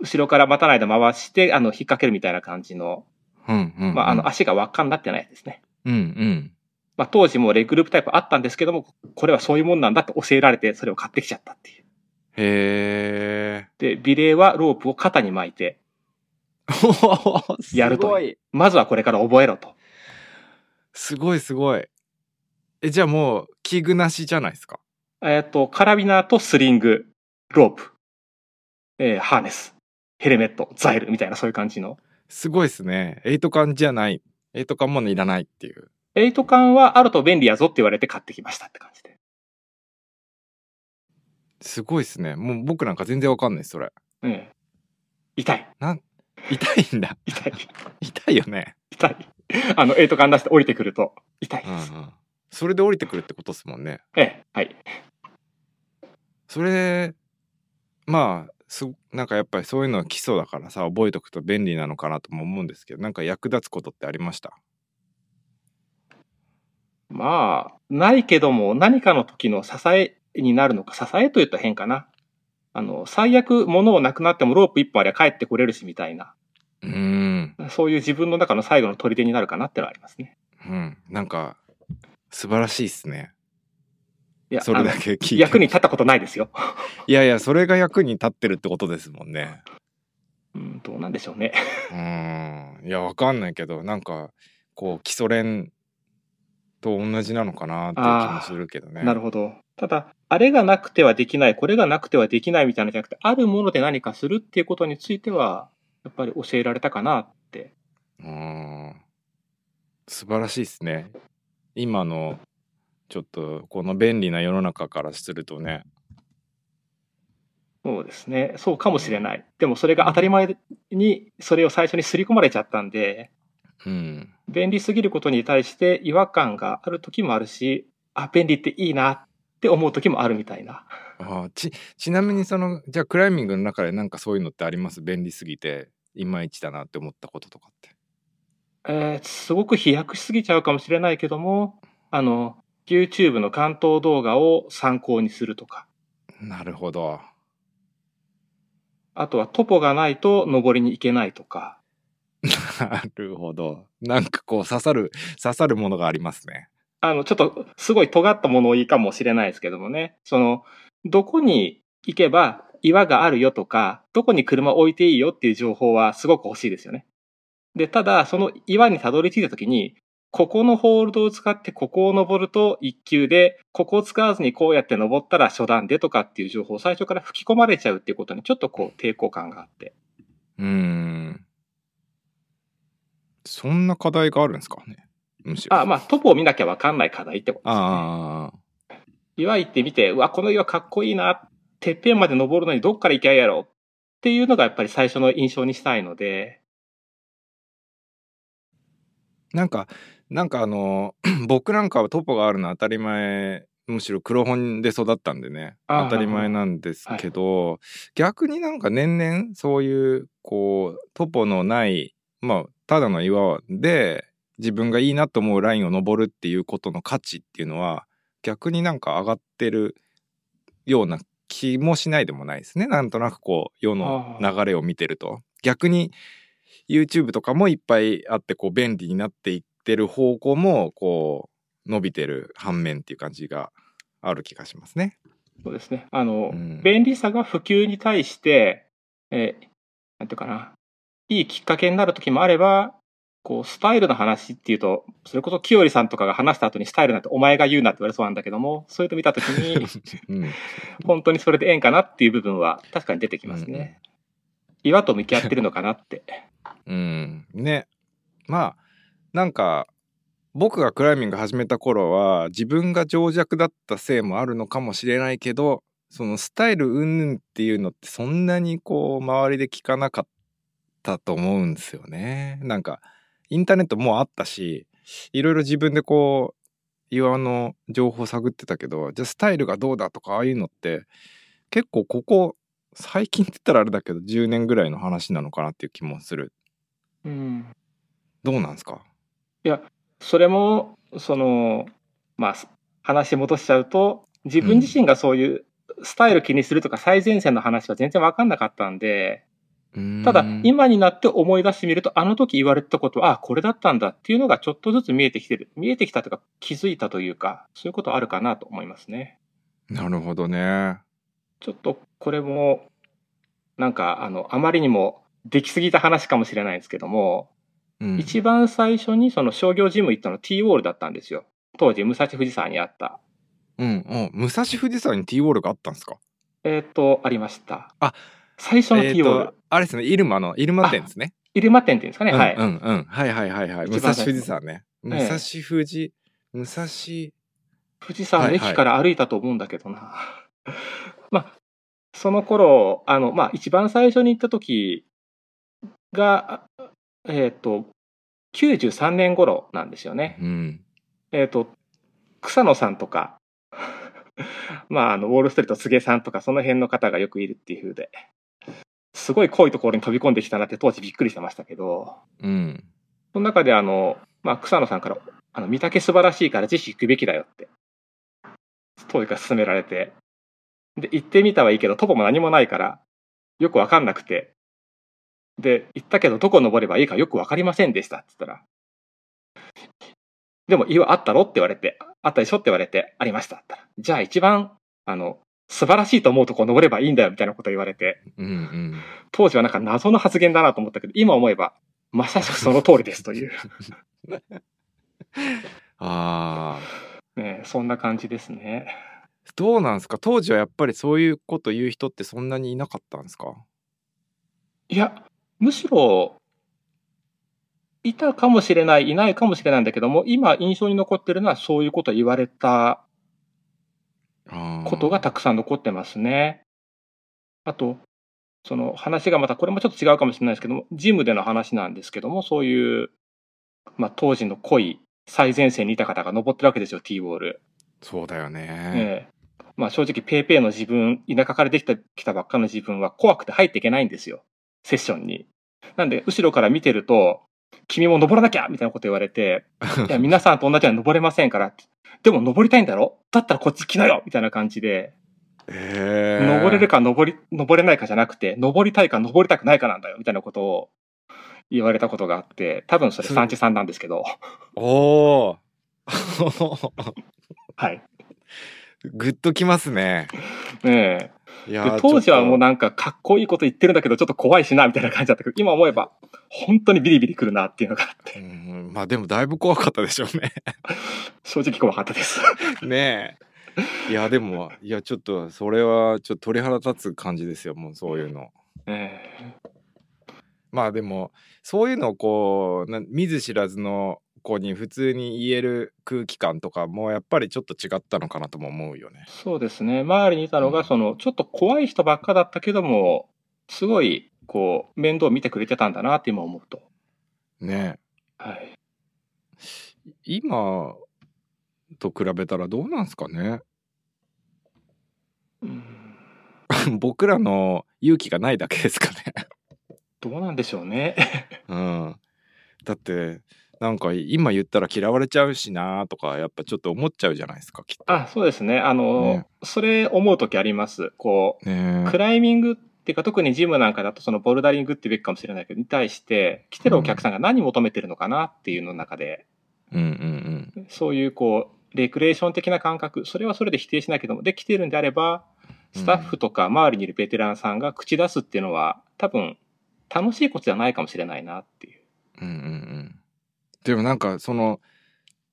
後ろから待たないで回して、あの、引っ掛けるみたいな感じの、
うんうん、うん。
まあ、あの、足が輪っかになってないですね。
うんうん。
まあ、当時もレッグループタイプあったんですけども、これはそういうもんなんだって教えられて、それを買ってきちゃったっていう。
へえ。
で、ビレーはロープを肩に巻いて、 やると
すごい。
まずはこれから覚えろと。
すごいすごい。え、じゃあもう、器具なしじゃないですか。
えっ、と、カラビナーとスリング、ロープ、えーハーネス、ヘルメット、ザイルみたいなそういう感じの。
すごいですね。エイト感じゃない。エイト感もいらないっていう。
エイト缶はあると便利やぞって言われて買ってきましたって感じで。
すごいですね。もう僕なんか全然わかんないです、それ。
ええ痛い、
痛いんだ。
痛い、
痛いよね。
痛い。あの、エイト感出して降りてくると痛い
うん
で
う
す。
ん。それで降りてくるってことですもんね。
ええ、はい。
それ、まあ、すなんかやっぱりそういうのは基礎だからさ覚えとくと便利なのかなとも思うんですけどなんか役立つことってありました
まあ、ないけども、何かの時の支えになるのか、支えといったら変かな。あの、最悪物をなくなってもロープ一本ありゃ帰ってこれるしみたいな、
うーん
そういう自分の中の最後の砦になるかなってのはありますね。
うん、なんか素晴らしいっすね。
いや
それだ
あの
け聞いて
役に立ったことないですよ。
いやいやそれが役に立ってるってことですもんね
うん、どうなんでしょうね。
うーんいやわかんないけどなんかこう基礎練と同じなのかなっていう気もするけどね
なるほど。ただ、あれがなくてはできない、これがなくてはできないみたいなのじゃなくて、あるもので何かするっていうことについては、やっぱり教えられたかなって。
うーん素晴らしいですね今のちょっとこの便利な世の中からするとね
そうですね。そうかもしれない。でもそれが当たり前に、それを最初に刷り込まれちゃったんで、
うん
便利すぎることに対して違和感がある時もあるし、あ、便利っていいなって思う時もあるみたいな。
あーちちなみにそのじゃあクライミングの中でなんかそういうのってあります便利すぎていまいちだなって思ったこととかって
えーすごく飛躍しすぎちゃうかもしれないけども、あの、YouTube の関東動画を参考にするとか。
なるほど
あとはトポがないと登りに行けないとか。
なるほどなんかこう刺さる刺さるものがありますね
あの、ちょっとすごい尖ったものをいいかもしれないですけどもね。その、どこに行けば岩があるよとか、どこに車置いていいよっていう情報はすごく欲しいですよね。で、ただ、その岩にたどり着いた時に、ここのホールドを使ってここを登ると一級で、ここを使わずにこうやって登ったら初段でとかっていう情報を最初から吹き込まれちゃうっていうことにちょっとこう抵抗感があって。
うーんそんな課題があるんですかねむしろ
あ、まあ、トポを見なきゃわかんない課題ってことですよね。
ああ
岩行ってみて、うわ、この岩かっこいいな、てっぺんまで登るのにどっから行きゃいいやろっていうのがやっぱり最初の印象にしたいので、
なんか、なんかあの、 僕なんかはトポがあるのは当たり前、むしろ黒本で育ったんでね、
あー
当たり前なんですけど、逆になんか年々そういう、こう、トポのない、まあ、ただの岩で、自分がいいなと思うラインを登るっていうことの価値っていうのは、逆になんか上がってるような気もしないでもないですね。なんとなくこう、世の流れを見てると。逆に YouTube とかもいっぱいあってこう便利になっていってる方向もこう伸びてる反面っていう感じがある気がしますね。
そうですね。あの、
うん
便利さが普及に対して、えーなんていうかな、いいきっかけになる時もあれば、こう、スタイルの話っていうと、それこそ清里さんとかが話した後にスタイルなんてお前が言うなって言われそうなんだけども、そういうの見た時に、
うん、
本当にそれでええんかなっていう部分は確かに出てきますね。岩と向き合ってるのかなって。
うん、ねまあなんか僕がクライミング始めた頃は自分が情弱だったせいもあるのかもしれないけどそのスタイル云々っていうのってそんなにこう周りで聞かなかったと思うんですよね。なんかインターネットもうあったしいろいろ自分でこう岩の情報探ってたけどじゃあスタイルがどうだとかああいうのって結構ここ最近って言ったらあれだけど10年ぐらいの話なのかなっていう気もする
うん。
どうなんですか
それも、その、まあ、話戻しちゃうと、自分自身がそういうスタイル気にするとか最前線の話は全然わかんなかったんで、ただ今になって思い出してみると、あの時言われてたことは、あこれだったんだっていうのがちょっとずつ見えてきてる。見えてきたというか気づいたというか、そういうことあるかなと思いますね。
なるほどね
ちょっとこれも、なんかあの、あまりにもできすぎた話かもしれないですけども、
うん
一番最初にその商業ジム行ったの T ウォールだったんですよ。当時、武蔵富士山にあった。
うんうん武蔵富士山に T ウォールがあったんですか
えーっ、と、ありました。
あ
最初の T ウォール。
えーとあれですね入間の入間店ですね
イルマ店っていうんですかね、はい。
うんうんうんはいはいはいはい武
一
蔵
番
富士山ね武
最
蔵
初
富士武蔵
富士山の駅から歩いたと思うんだけどな。 まあ、その頃、あの、まあ、一番最初に行った時が、あえーっ、と、93年頃なんですよね。
うん
えーっ、と、草野さんとか、 まあ、あの、ウォールストリート、菅さんとか、その辺の方がよくいるっていう風で、すごい濃いところに飛び込んできたなって当時びっくりしてましたけど、
うん
その中であの、まあ、草野さんから、あの、見たけ素晴らしいからぜひ行くべきだよって、当時から勧められて、で、行ってみたはいいけど、トポも何もないから、よくわかんなくて、で、行ったけど、どこ登ればいいかよくわかりませんでしたって言ったら、でも岩あったのって言われて、あったでしょって言われて、ありましただったら。じゃあ一番、あの、素晴らしいと思うとこ登ればいいんだよみたいなこと言われて、
うんうん。
当時はなんか謎の発言だなと思ったけど、今思えば、まさしくその通りですという、
ああ。
ね、そんな感じですね。
どうなんですか当時はやっぱりそういうこと言う人ってそんなにいなかったんですか
いや、むしろ、いたかもしれない、いないかもしれないんだけども、今印象に残ってるのはそういうこと言われたことがたくさん残ってますね。あと、その話がまた、これもちょっと違うかもしれないですけども、ジムでの話なんですけども、そういう、まあ当時の濃い最前線にいた方が登ってるわけですよ、T ボール。
そうだよね。
ええまあ正直、ペイペイの自分、田舎からできた、来たばっかの自分は怖くて入っていけないんですよ。セッションに。なんで、後ろから見てると、君も登らなきゃみたいなこと言われて、いや、皆さんと同じように登れませんからって。でも登りたいんだろだったらこっち来なよみたいな感じで、
ええ
登れるか登り、登れないかじゃなくて、登りたいか登りたくないかなんだよみたいなことを言われたことがあって、多分それ
そう
サンチェさんなんです けど、
おお。
はい。
グッときますね。
ねえ。
い
で
やー
当時はもう
ちょっ
なんかかっこいいこと言ってるんだけどちょっと怖いしなみたいな感じ だったけど今思えば本当にビリビリくるなっていうのがあっ
とう
て
んまあでもだいぶ怖かったでしょうね。
正直怖かったです
ねえ。いやでもいやちょっとそれはちょっと鳥肌立つ感じですよもうそういうの。
え
まあでもそういうのをこうな見ず知らずの子に普通に言える空気感とかもやっぱりちょっと違ったのかなとも思うよね
え。そうですね周りにいたの
う
が
ん
そのちょっと怖い人ばっかだったけどもすごいこう面倒見てくれてたんだなって今思うと
ね
はい
え今と比べたらどうなんすかね
うん
僕らの勇気がないだけですかね。
どうなんでしょうね
うん、だってなんか今言ったら嫌われちゃうしなとかやっぱちょっと思っちゃうじゃないですかきっと。
あそうですねあの
ね
それ思う時ありますこう
ね
クライミングっていうか、特にジムなんかだとそのボルダリングってべきかもしれないけど、に対して来てるお客さんが何求めてるのかなっていうの中で、
うんうん
そういうこう、レクレーション的な感覚、それはそれで否定しないけども、で、来てるんであれば、スタッフとか周りにいるベテランさんが口出すっていうのは、多分、楽しいことじゃないかもしれないなっていう。
うんうんうんうん。でもなんかその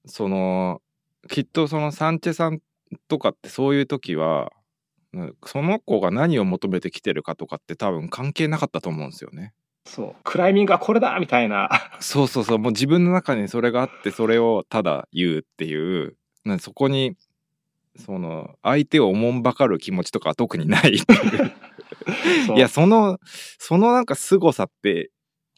そのきっとそのサンチェさんとかってそういう時はうんその子が何を求めてきてるかとかって多分関係なかったと思うんですよね。
そう。クライミングはこれだみたいな。
そうそうそうもう自分の中にそれがあってそれをただ言うっていうなんかそこにその相手をおもんばかる気持ちとかは特にないっていう
そう
いやそのそのなんか凄さって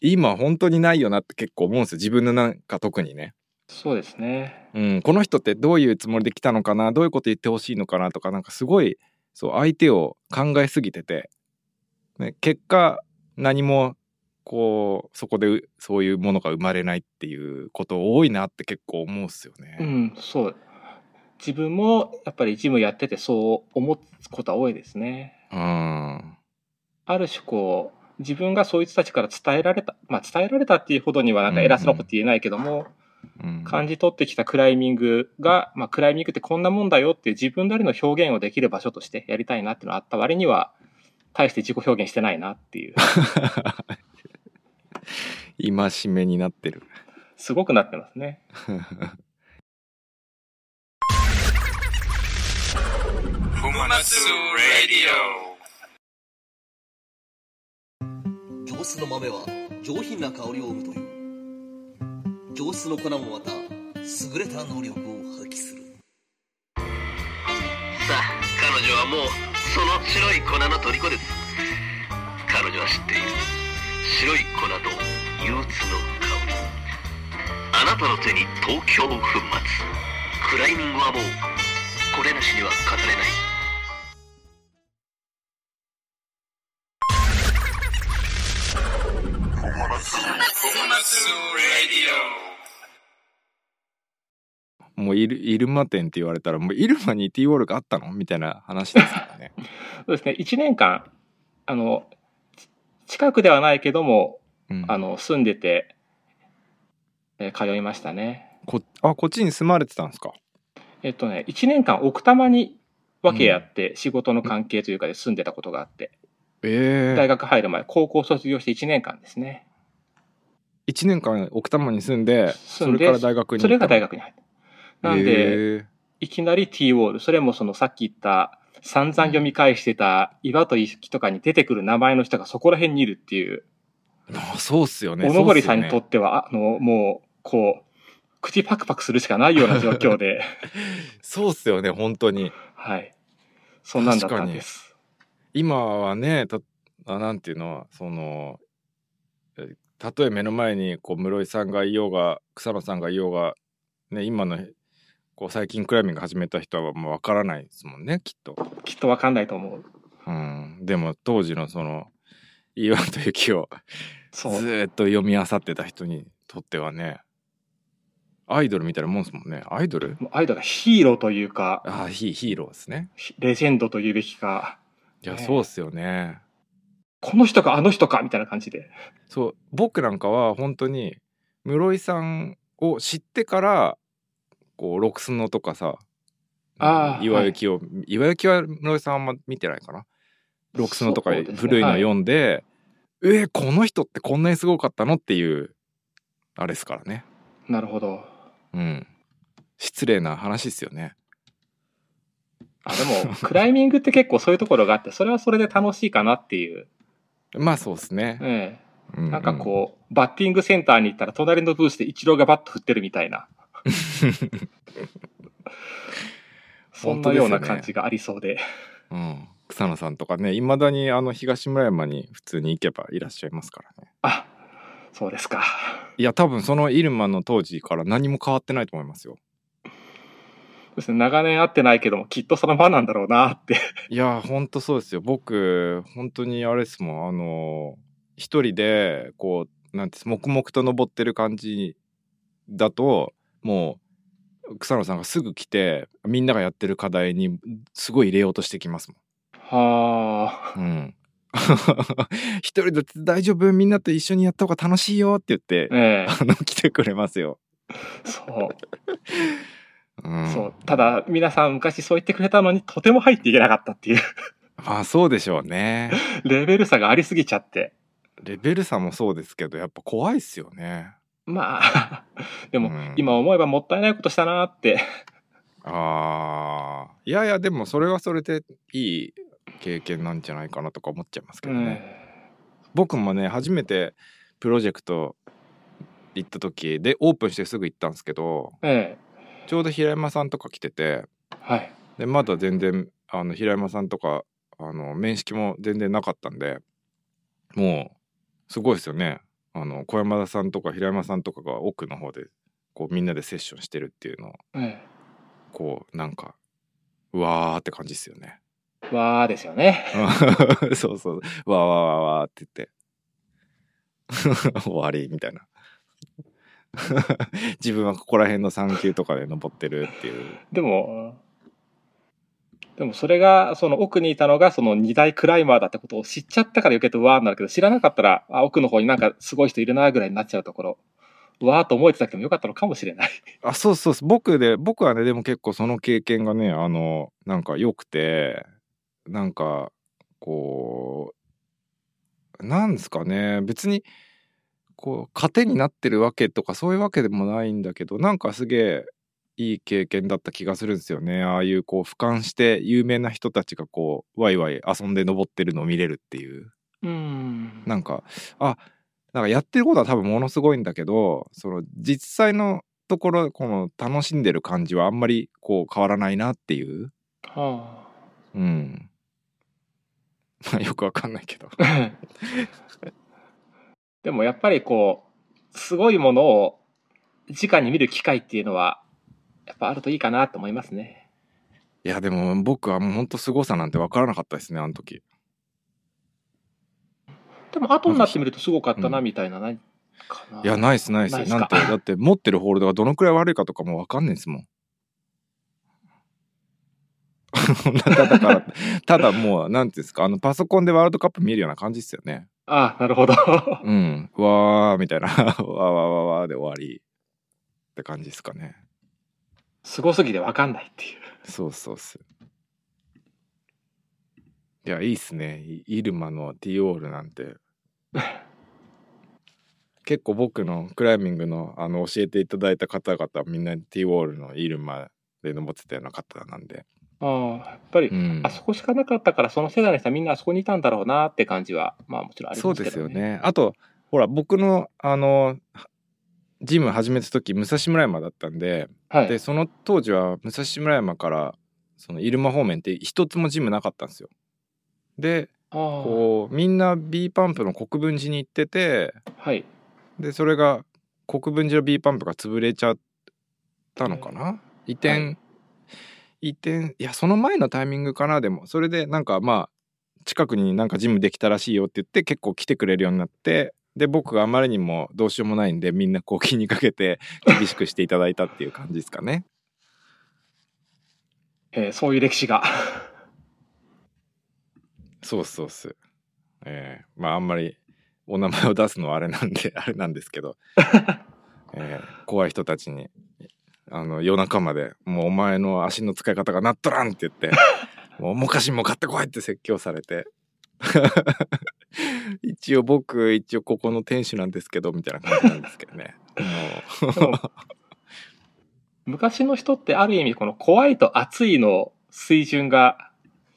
今本当にないよなって結構思うんですよ自分のなんか特にね、
そうですね。
うん、この人ってどういうつもりで来たのかなどういうこと言ってほしいのかなとかなんかすごいそう相手を考えすぎてて、ね、結果何もこうそこでうそういうものが生まれないっていうこと多いなって結構思うっすよね。
うん、そう。自分も、やっぱりジムやっててそう思うことは多いですね。
うん
ある種こう、自分がそういう人たちから伝えられた、まあ伝えられたっていうほどにはなんか偉そうなこと言えないけども、
うん
感じ取ってきたクライミングが、まあクライミングってこんなもんだよっていう自分なりの表現をできる場所としてやりたいなっていうのはあった割には、大して自己表現してないなっていう、
戒めになってる。
すごくなってますね。
上質の豆は上品な香りを生むという上質の粉もまた優れた能力を発揮する
さあ彼女はもうその白い粉の虜です彼女は知っている白い粉と憂鬱の香りあなたの手に東京粉末クライミングはもうこれなしには語れない
もうイルイルマ店って言われたらもうイルマにティーウォールがあったのみたいな話ですからね。
そうですね、1年間、あの、ち近くではないけども、
うん
あの、住んでて、えー通いましたね。
こあこっちに住まれてたんですか
えっとね、1年間奥多摩に分けやって、仕事の関係というかで住んでたことがあって、
え
大学入る前、高校卒業して1年間ですね。
1年間奥多摩に住んで
住んで
それから大学に
それが大
学
学に入った。なんで、いきなり T ウォール、それもそのさっき言った、散々読み返してた岩と石とかに出てくる名前の人がそこら辺にいるっていう、
まあ、そうっすよね
小野堀さんにと
そうっすよね
っては、あの、もう、こう、口パクパクするしかないような状 況で、
そうっすよね本当に
はい。そんなんだったんです。
今はねたあなんていうのそのえたとえ目の前にこう室井さんがいようが草野さんがいようが、ね、今のこう最近クライミング始めた人はもうわからないですもんねきっと、
きっとわかんないと思う。
うん、でも当時のその岩と雪をず
そう。
ーっと読み漁ってた人にとってはねアイドルみたいなもんですもんねアイドル
もうアイドルがヒーローというか、
ああヒヒーローですね
レジェンドというべきか、
いや
ね
そうっすよね
この人かあの人かみたいな感じで。
そう僕なんかは本当に室井さんを知ってからこうロクスノとかさ
あー
岩雪を、岩雪は室井さんあんま見てないかなロクスノとか
そうですね
古いの
はい
読んでえーこの人ってこんなにすごかったのっていうあれですからね
なるほど。
うん失礼な話ですよね
あ、でも、クライミングって結構そういうところがあって、それはそれで楽しいかなっていう。
まあそうですね、
え
う
え。
う
なんかこう、バッティングセンターに行ったら、隣のブースでイチローがバット振ってるみたい な。そんなような感じがありそうで。
うん、草野さんとかねいまだにあの東村山に普通に行けばいらっしゃいますからね
あ、そうですか。
いや多分そのイルマの当時から何も変わってないと思いますよ
そうですね。長年会ってないけども、きっとその場なんだろうなって。
いやほんとそうですよ僕本当にあれですもんあの一人でこうなんて黙々と登ってる感じだともう草野さんがすぐ来てみんながやってる課題にすごい入れようとしてきますもん
はあ。
うん、 一人だって大丈夫みんなと一緒にやった方が楽しいよって言って、
え
あの来てくれますよ。
え。そう。
うん、
そう。ただ、皆さん昔そう言ってくれたのに、とても入っていけなかったっていう、
まあそうでしょうね。
レベル差がありすぎちゃって。
レベル差もそうですけどやっぱ怖いっすよね。
まあ、 でも、
うん
今思えばもったいないことしたなって。
ああいやいやでもそれはそれでいい経験なんじゃないかなとか思っちゃいますけどね。僕もね初めてプロジェクト行った時でオープンしてすぐ行ったんですけど
ええ。
ちょうど平山さんとか来てて。
はい。
でまだ全然あの平山さんとかあの面識も全然なかったんでもうすごいですよねあの小山田さんとか平山さんとかが奥の方でこうみんなでセッションしてるっていうのを
え
こうなんかうわーって感じですよね。
え。わーですよね。
そうそうわーわーわーわーって言って 終わりみたいな自分はここら辺の山丘とかで登ってるっていう
でも、でもそれが、その奥にいたのが、その二大クライマーだってことを知っちゃったから余計とわーになるけど、知らなかったら、あ、奥の方になんかすごい人いるなぐらいになっちゃうところ、わーと思えてたけどよかったのかもしれない。
あそうそうそう僕で僕はねでも結構その経験がねあのなんか良くてなんかこうなんですかね別にこう糧になってるわけとかそういうわけでもないんだけどなんかすげえいい経験だった気がするんですよねああいうこう俯瞰して有名な人たちがこうワイワイ遊んで登ってるのを見れるっていう。
うん
なんかあなんかやってることは多分ものすごいんだけどその実際のところこの楽しんでる感じはあんまりこう変わらないなっていう、
は
うん、 まあよくわかんないけど
あ、 でもやっぱりこう、すごいものを直に見る機会っていうのは、やっぱあるといいかなと思いますね。
いやでも僕はもうほんと凄さなんてわからなかったですねあの時
でも後になってみるとすごかったな
うん
みたいな、ないかな。
いやナイスナイス
ナイスか
なんてだって持ってるホールドがどのくらい悪いかとかもわかんないですもん ただからただもうなんていうんですかあのパソコンでワールドカップ見るような感じですよね
ああ、なるほど。
うん。わーみたいな。わーわーわーわーで終わり。って感じですかね
すごすぎてわかんないっていう。
そうそうっすいやいいっすねイイルマのディオールなんて結構僕のクライミングのあの教えていただいた方々みんなディオールのイルマで登ってたような方なんで
ああ、やっぱり、
うん
あそこしかなかったから、その世代の人はみんなあそこにいたんだろうなって感じは、まあもちろんあり
そ
ま
う
すけど、ね。
ですよ。ねあとほら僕のあのジム始めた時武蔵村山だったんで、
はい。
でその当時は武蔵村山からその入間方面って一つもジムなかったんですよで
ああ
こうみんな B パンプの国分寺に行ってて
はい。
でそれが国分寺の B パンプが潰れちゃったのかな移転、
は
移転いやその前のタイミングかなでもそれでなんかまあ近くになんかジムできたらしいよって言って結構来てくれるようになってで僕があまりにもどうしようもないんでみんなこう気にかけ て厳しくしていただいたっていう感じですかね。
えーそういう歴史が。
そうそうっす。ええまああんまりお名前を出すのはあれなんで あれなんですけ ど、ええ怖い人たちにあの夜中まで「もうお前の足の使い方がなっとらん!」って言 って「もうもかしも買ってこい!」って説教されて 一応僕一応ここの店主なんですけどみたいな感じなんですけどね。もう
でも昔の人ってある意味、この怖いと熱いの水準が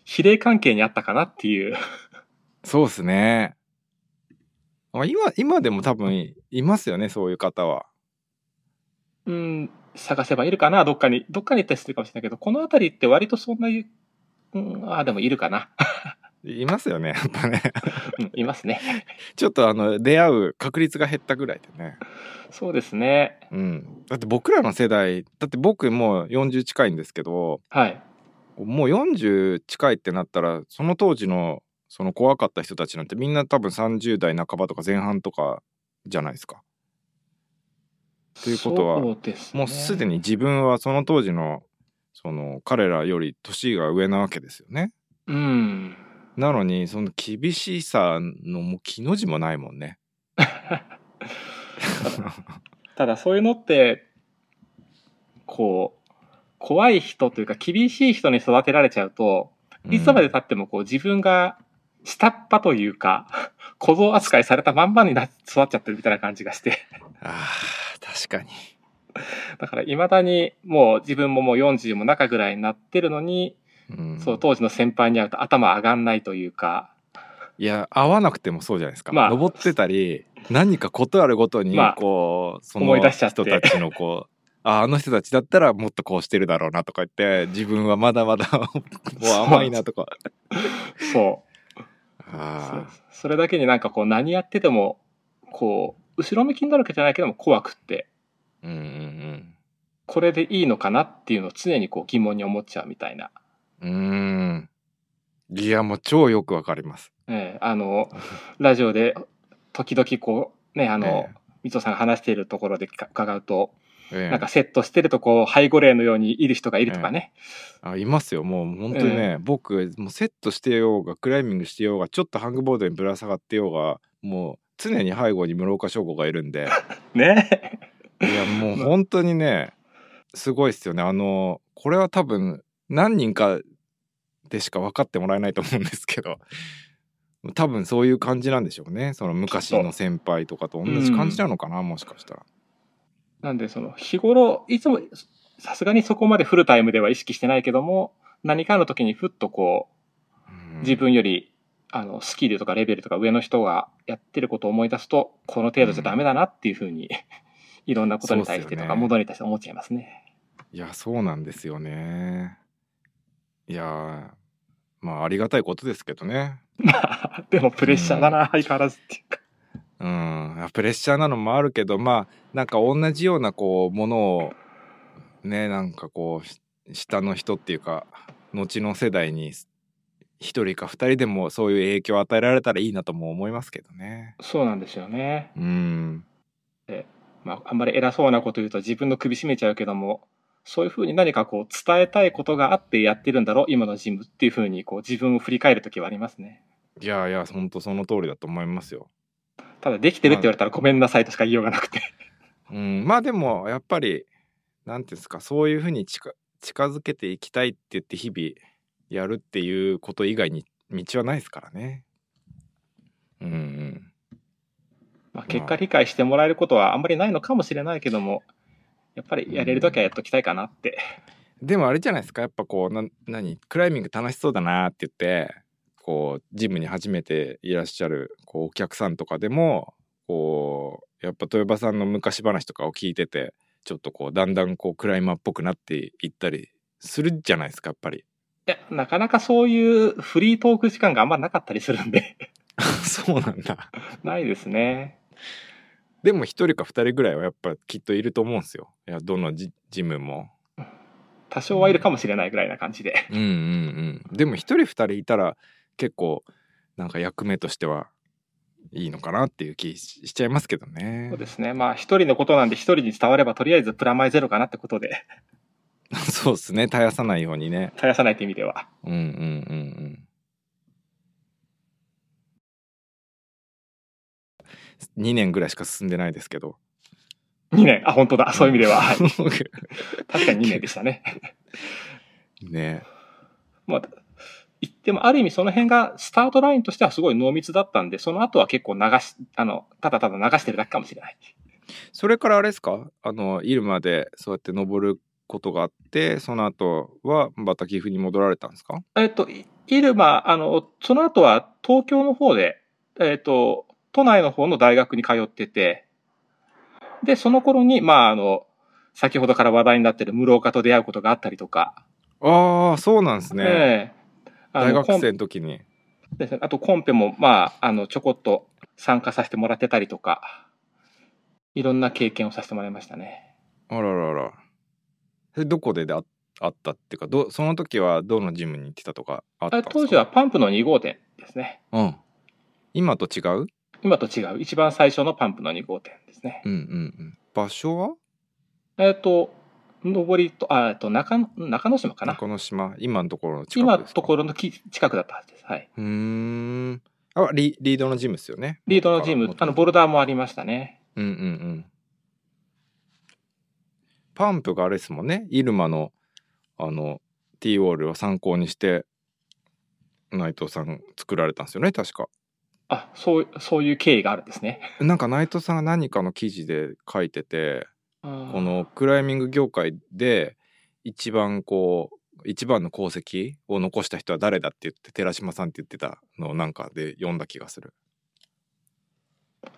比例関係にあったかなっていう。
そうっすね。まあ今今でも多分いますよねそういう方は。
うん、探せばいるかな、どっかに。どっかに行ったりするかもしれないけど、この辺りって割とそんなに、うん、ああ、でもいるかな。
いますよねやっぱね。
うん、いますね。
ちょっとあの出会う確率が減ったぐらいでね、
そうですね。
うん、だって僕らの世代だって僕もう40近いんですけど
はい。
もう40近いってなったらその当時のその怖かった人たちなんてみんな多分30代半ばとか前半とかじゃないですか。ということは
そうです、ね、
もうすでに自分はその当時のその彼らより年が上なわけですよね。
うん。
なのにその厳しさのもう気の字もないもんね。
ただそういうのって、こう、怖い人というか厳しい人に育てられちゃうと、いつまで経ってもこう自分が下っ端というか、 小僧扱いされたまんまにな育っちゃってるみたいな感じがして。
あー確かに。
だから未だにもう自分ももう40も中ぐらいになってるのに、
うん
そう当時の先輩に会うと頭上がんないというか、
いや合わなくてもそうじゃないですか、
まあ
登ってたり何かことあるごとに
まあ
こう、そ
思
の
い出しちゃって
人たちのこうああの人たちだったらもっとこうしてるだろうなとか言って自分はまだ まだもう甘いなとか
そう。そ
あ
それだけになんかこう何やってても、こう、後ろ向きになるわけじゃないけども怖くって、
ーうんうん
これでいいのかなっていうのを常にこう疑問に思っちゃうみたいな。
うんうーんいやもう超よくわかります
ええあの、ラジオで時々こう、ね、あの、
え
三尾さんが話しているところでか伺うと、
ええ
なんかセットしてるとこう、背後霊のようにいる人がいるとかね。
あいますよもう本当にね、僕もうセットしてようがクライミングしてようがちょっとハングボードにぶら下がってようがもう常に背後に室岡翔吾がいるんで
ね。
いやもう本当にねすごいっすよねあのこれは多分何人かでしか分かってもらえないと思うんですけど多分そういう感じなんでしょうねその昔の先輩とかと同じ感じなのかな、もしかしたら。
なんでその、日頃、いつも、さすがにそこまでフルタイムでは意識してないけども、何かの時にふっとこう、
うん
自分より、あの、スキルとかレベルとか上の人がやってることを思い出すと、この程度じゃダメだなっていうふうに、 いろんなことに対し
そう
てと
っすよ
か、
ね
ものに対して思っちゃいますね。
いやそうなんですよね。いやーまあありがたいことですけどね。
でもプレッシャーだな、相変わらずっていうか。
うん、プレッシャーなのもあるけどまあなんか同じようなこうものをねなんかこうし下の人っていうか後の世代に一人か二人でもそういう影響を与えられたらいいなとも思いますけどね。
そうなんですよね。
うん、
まあ、あんまり偉そうなこと言うと自分の首絞めちゃうけども、そういうふうに何かこう伝えたいことがあってやってるんだろう、今のジムっていうふうにこう自分を振り返るときはありますね。
いやいやほんとその通りだと思いますよ。
ただできてるって言われたらごめんなさいとしか言いようがなくて。
うん、まあでもやっぱりなんていうんですかそういうふうに近近づけていきたいって言って日々やるっていうこと以外に道はないですからね。うんうん、
まあ、結果理解してもらえることはあんまりないのかもしれないけども、やっぱりやれるだけはやっときたいかなって。
でもあれじゃないですかやっぱこうな何クライミング楽しそうだなって言ってこうジムに初めていらっしゃるこうお客さんとかでもこうやっぱ豊場さんの昔話とかを聞いててちょっとこうだんだんこうクライマーっぽくなっていったりするじゃないですかやっぱり。
いや、なかなかそういうフリートーク時間があんまなかったりするんで、
そうなんだ。
ないですね。
でも一人か二人ぐらいはやっぱきっといると思うんですよ。いやどのジジムも。
多少はいるかもしれないぐらいな感じで。
うんうんうん。でも一人二人いたら結構なんか役目としてはいいのかなっていう気ししちゃいますけどね
そう。ですね。まあ、一人のことなんで一人に伝わればとりあえずプラマイゼロかなってことで、
そうですね。絶やさないようにね。
絶やさないって意味では。
うんうんうんうん。2年ぐらいしか進んでないですけ ど
2年。あ、本当だ。そういう意味では。はい
僕
確かに2年でしたね。
ね
まあ、言っても、ある意味その辺が、スタートラインとしてはすごい濃密だったんで、その後は結構流し、あの、ただただ流してるだけかもしれない。
それからあれですかあの入間でそうやって登ることがあってその後はまた岐阜に戻られたんですか
えっと、いイルマ、あの、その後は東京の方で、えっと、都内の方の大学に通ってて、で、その頃に、まあ、あの、先ほどから話題になってる室岡と出会うことがあったりとか、
ああそうなんですね、
ええあ
大
のコン
学生の時に
ですねあとコンペも、まあ、あの、ちょこっと参加させてもらってたりとか、いろんな経験をさせてもらいましたね。
あらららそれどこででああったっていうかどその時はどのジムに行ってたとかあったん
あ
ですか
当時は、パンプの2号店ですね。
うん、今と違う
今と違う、一番最初のパンプの2号店ですね。
うんうんうん場所は
えっと、上りと、あえっと中野、中野島かな
中の島今のところの近
今
く
の
ですか
ところのき近くだったはずです。はい。
うーんあリリードのジムですよね
リードのチーム
元、々
あの、ボルダーもありましたね。
うんうんうん。パンプがあれですもんね。イルマの、あの、ティーウォールを参考にして、内藤さん作られたんですよね、確か。
あ、そう、そういう経緯があるんですね。
なんか内藤さんが何かの記事で書いてて、
こ
こ、のクライミング業界で一番こう、一番の功績を残した人は誰だって言って、寺島さんって言ってたのをなんかで読んだ気がする。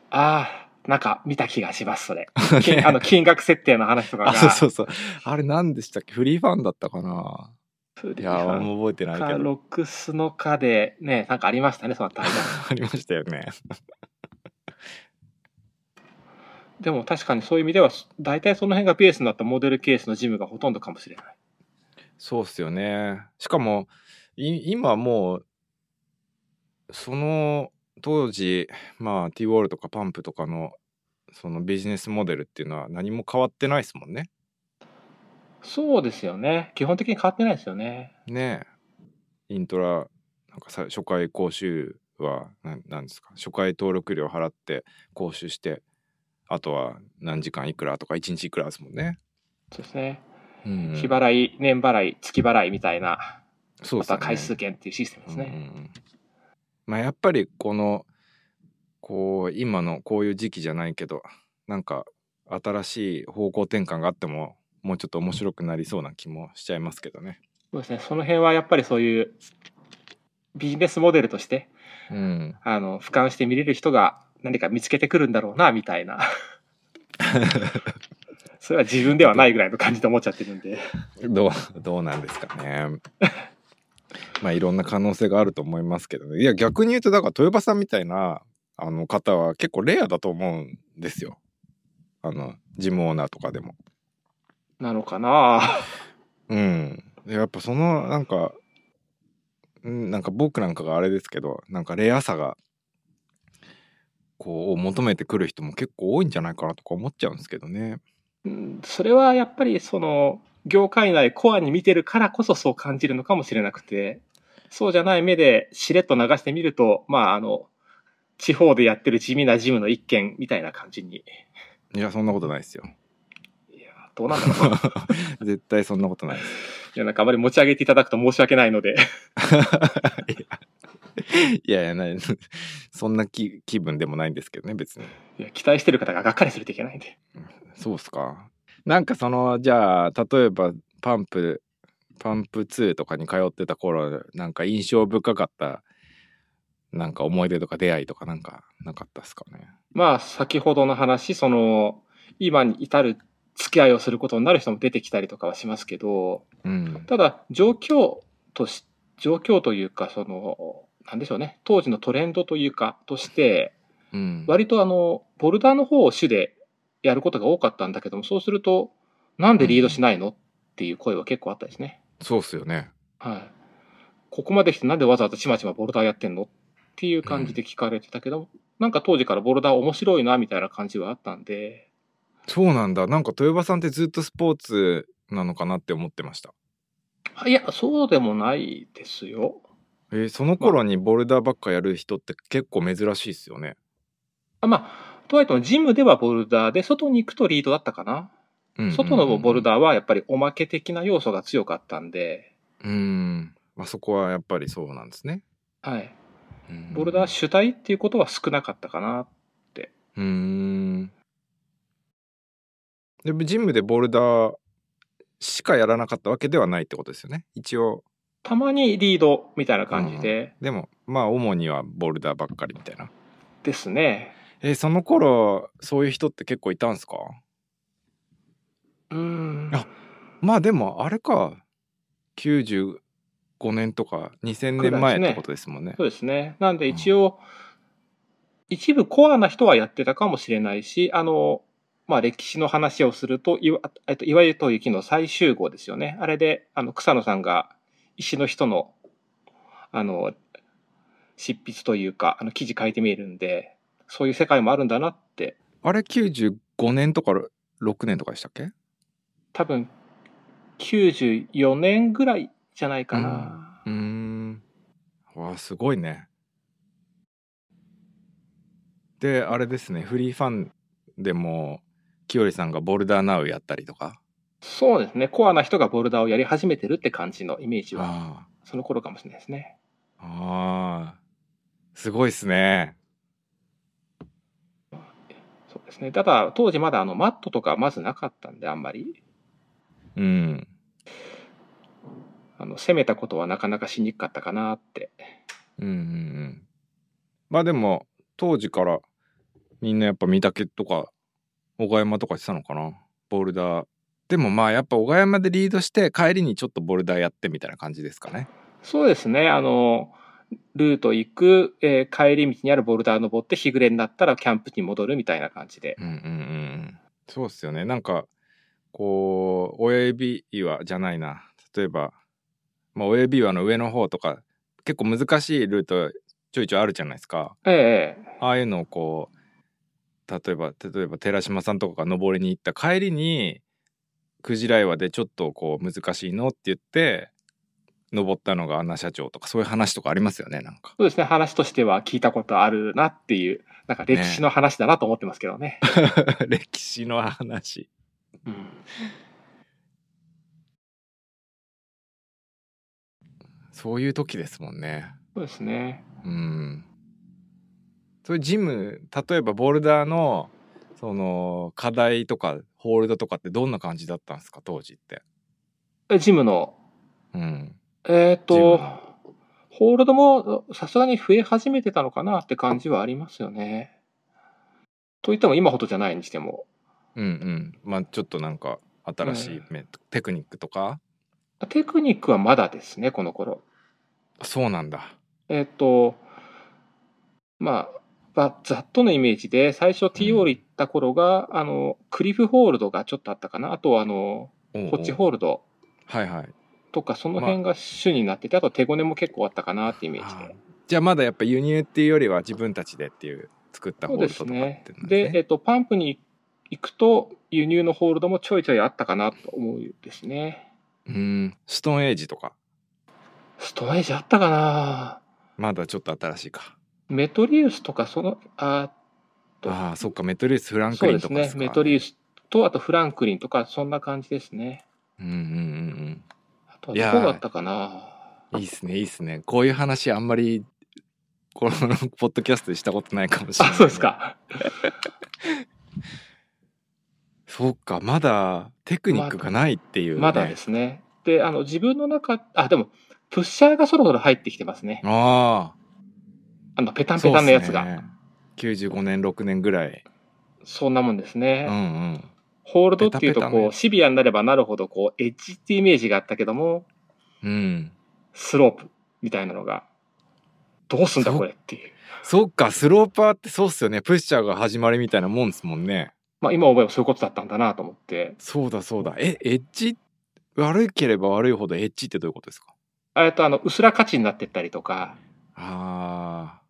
ああ、なんか見た気がします、それ。 けあの、金額設定の話とかが。
あ、そうそうそう。あれ何でしたっけフリーファンだったかな
フ
い
リー
や
ファ
ー、
ン
もう覚えてないけ
か、
ど。
ロックスのかで、ね、なんかありましたね、そのあたりが
ありましたよね。
でも確かにそういう意味では、大体その辺がベースになったモデルケースのジムがほとんどかもしれない。
そうっすよね。しかも、い今もう、その当時、まあ、ティーウォールとかパンプとかの、そのビジネスモデルっていうのは何も変わってないですもんね。
そうですよね。基本的に変わってないですよね。
ねえ。イントラ、なんかさ初回講習は、なんなんですか、初回登録料払って講習して、あとは何時間いくらとか、1日いくらですもんね。
そうですね。
うん、
日払い、年払い、月払いみたいな、
そうっ
ます
よね
た回数券っていうシステムです
うんう
ね。
んうんまあやっぱりこのこう今のこういう時期じゃないけどなんか新しい方向転換があってももうちょっと面白くなりそうな気もしちゃいますけどね。
そうですね。その辺はやっぱりそういうビジネスモデルとして、
うん、
あの、俯瞰して見れる人が何か見つけてくるんだろうな、みたい な。それは自分ではないぐらいの感じで思っちゃってるんで。
どうどうなんですか ね。まあいろんな可能性があると思いますけどね。いや逆に言うとだから豊場さんみたいなあの方は結構レアだと思うんですよ。あのジムオーナーとかでも。
なのかな
うん。でやっぱそのなんか、うんなんか僕なんかがあれですけど、なんかレアさが、こう、求めてくる人も結構多いんじゃないかなとか思っちゃうんですけどね。
うんそれはやっぱりその、業界内コアに見てるからこそそう感じるのかもしれなくて、そうじゃない目でしれっと流してみると、まああの、地方でやってる地味なジムの一件みたいな感じに
いや、そんなことないですよ。
いや、どうなんだろうな。い
絶対そんなことないです。
や、なんかあまり持ち上げていただくと申し訳ないので。
いやいや、ないそんな気気分でもないんですけどね、別に。
いや、期待してる方ががっかりするといけないんで。
そうっすか。なんかその、じゃあ、例えば、パンプ、パンプ2とかに通ってた頃、なんか印象深かった、なんか思い出とか出会いとかなんかなかったっすかね。
まあ、先ほどの話、その、今に至る付き合いをすることになる人も出てきたりとかはしますけど、
うん。
ただ、状況とし、状況というか、その、なんでしょうね、当時のトレンドというか、として、
うん。
割とあの、ボルダーの方を主でやることが多かったんだけども、そうすると、なんでリードしないのっていう声は結構あったですね。
そうっすよね。
はい。ここまで来てなんでわざわざちまちまボルダーやってんのっていう感じで聞かれてたけど、なんか当時からボルダー面白いなみたいな感じはあったんで、
そうなんだ。なんか豊場さんってずっとスポーツなのかなって思ってました。
あいや、そうでもないですよ。
えーその頃にボルダーばっかやる人って結構珍しいっすよね。
あまあ、とはいえてもジムではボルダーで、外に行くとリードだったかな。
うん
外のボル
ー。
ダーはやっぱりおまけ的な要素が強かったんで、
うん。まあそこはやっぱりそうなんですね。
はい。
うん
ボルダー主体っていうことは少なかったかな。
うーん。でもジムでボルダーしかやらなかったわけではないってことですよね。一応。
たまにリードみたいな感じで、
でも、まあ主にはボルダーばっかりみたいな。
ですね。
えーその頃、そういう人って結構いたんすか
うーん。
あまあでも、あれか。95年とか2000年前ってことですもんね。
そうですね。なんで一応、一部コアな人はやってたかもしれないし、あの、まあ、歴史の話をすると、いわ、えっと、いわゆると雪の最終号ですよね。あれで、あの、草野さんが石の人の、あの、執筆というか、あの、記事書いてみるんで、そういう世界もあるんだなって、
あれ95年とか6年とかでしたっけ
多分、94年ぐらいじゃないかな。
うーん。わあ、すごいね。で、あれですね、フリーファンでも、きよりさんがボルダーナウやったりとか。
そうですね。コアな人がボルダーをやり始めてるって感じのイメージは、
あ
その頃かもしれないですね。
あ。ああ。すごいっすね。
そうですね。ただ、当時まだあの、マットとかまずなかったんで、あんまり。
うん。
あの、攻めたことはなかなかしにくかったかなって。
うんうんうん。まあでも、当時からみんなやっぱ御嶽とか、小川山とかしてたのかな。ボルダー。でもまあやっぱ小川山でリードして帰りにちょっとボルダーやってみたいな感じですかね。
そうですね。あの、ルート行く、えー帰り道にあるボルダー登って、日暮れになったらキャンプに戻るみたいな感じで。
うんうんうんうんそうっすよねなんかこう親指岩じゃないな例えば、まあ、親指岩の上の方とか結構難しいルートちょいちょいあるじゃないですか
ええ
ああいうのをこう例えば例えば寺島さんとかが登りに行った帰りにクジラ岩でちょっとこう難しいのって言って登ったのがアナ社長とかそういう話とかありますよねなんか
そうですね。話としては聞いたことあるなっていう、なんか歴史の話だなと思ってますけどね。
歴史の話
うん。
そういう時ですもんね
そうですね。
うん。そういうジム、例えばボルダーの、その、課題とか、ホールドとかってどんな感じだったんですか、当時って。
えジムの、
うん。
えっ、
ジム
と、ホールドもさすがに増え始めてたのかなって感じはありますよね。と言っても今ほどじゃないにしても。
うんうん。まあちょっとなんか、新しいめ、テクニックとか
テクニックはまだですね、この頃。
そうなんだ。
えっ、と、まあ、ばざっとのイメージで、最初 T オール行った頃が、あの、クリフホールドがちょっとあったかな。あとはあの、
おうおう
ホッチホールド
はいはい。
とか、その辺が主になってて、あと手ごねも結構あったかなってイメージ
あ
で
ー。じゃあまだやっぱ輸入っていうよりは自分たちでっていう、作った
そ
ホー
う
ル
で
ドと
す
かって
ね
なん。
で、えっ、と、パンプに行くと、輸入のホールドもちょいちょいあったかなと思うんですね。
うん。ストーンエイジとか、
ストレージあったかな
まだちょっと新しいか。
メトリウスとかその、あと。
ああ、そっか、メトリウス・フランク
そう
リ
で
ンと
す
かっ
ね
す。か
メトリウスと、あとフランクリンとか、そんな感じですね。
うんうん
あとはいど
やー
こだったかな
うんうん。いいっすね、いいっすね。こういう話あんまり、このポッドキャストでしたことないかもしれな
あ、
い、
そうです。か。
そうか、まだテクニックがないっていう、ね
まだですね。で、あの、自分の中、あ、でも、プッシャーがそろそろ入ってきてますね。
あ
あの、ペタ
あ。
ンペタンのやつ
そうっす
が。
ね。95年、6年ぐらい。
そんなもんです
う
ね。
んうん。
ホールドっていうと、
ペタペタ
こ
ね
う、シビアになればなるほど、こう、エッジってイメージがあったけども、
うん。
スロープみたいなのが、どうすんだこれっていう。
そっか、スローパーってそうっすよね。プッシャーが始まりみたいなもんですもんね。
まあ、今思えばそういうことだったんだなと思って。
そうだそうだ。え、エッジ、悪ければ悪いほどエッジってどういうことですか
えっと、あの、薄ら価値になってったりとか、
あ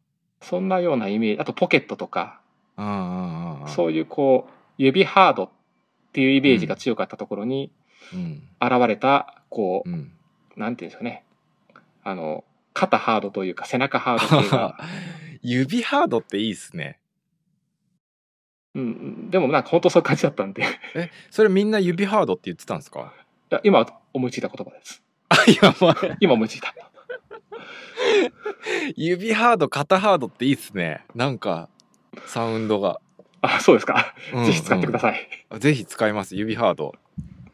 そんなようなイメージ。あと、ポケットとか、
あ。うんうんうんうん。
そういうこう、指ハードっていうイメージが強かったところに、
うん。
現れた、こ
うん。うん。
う、なんていうんですかね。あの、肩ハードというか、背中ハードというか、
指ハードっていいっすね。
うんうん、でもなんか本当そういう感じだったんで、い
え、それみんな指ハードって言ってたんですか
や今思いついた言葉です。
あ、やばい。
今 思いついた。
指ハード、肩ハードっていいっすね。なんか、サウンドが。
あ、そうですか。
うん
ぜひ使ってください。
うんぜひ使います、指ハード。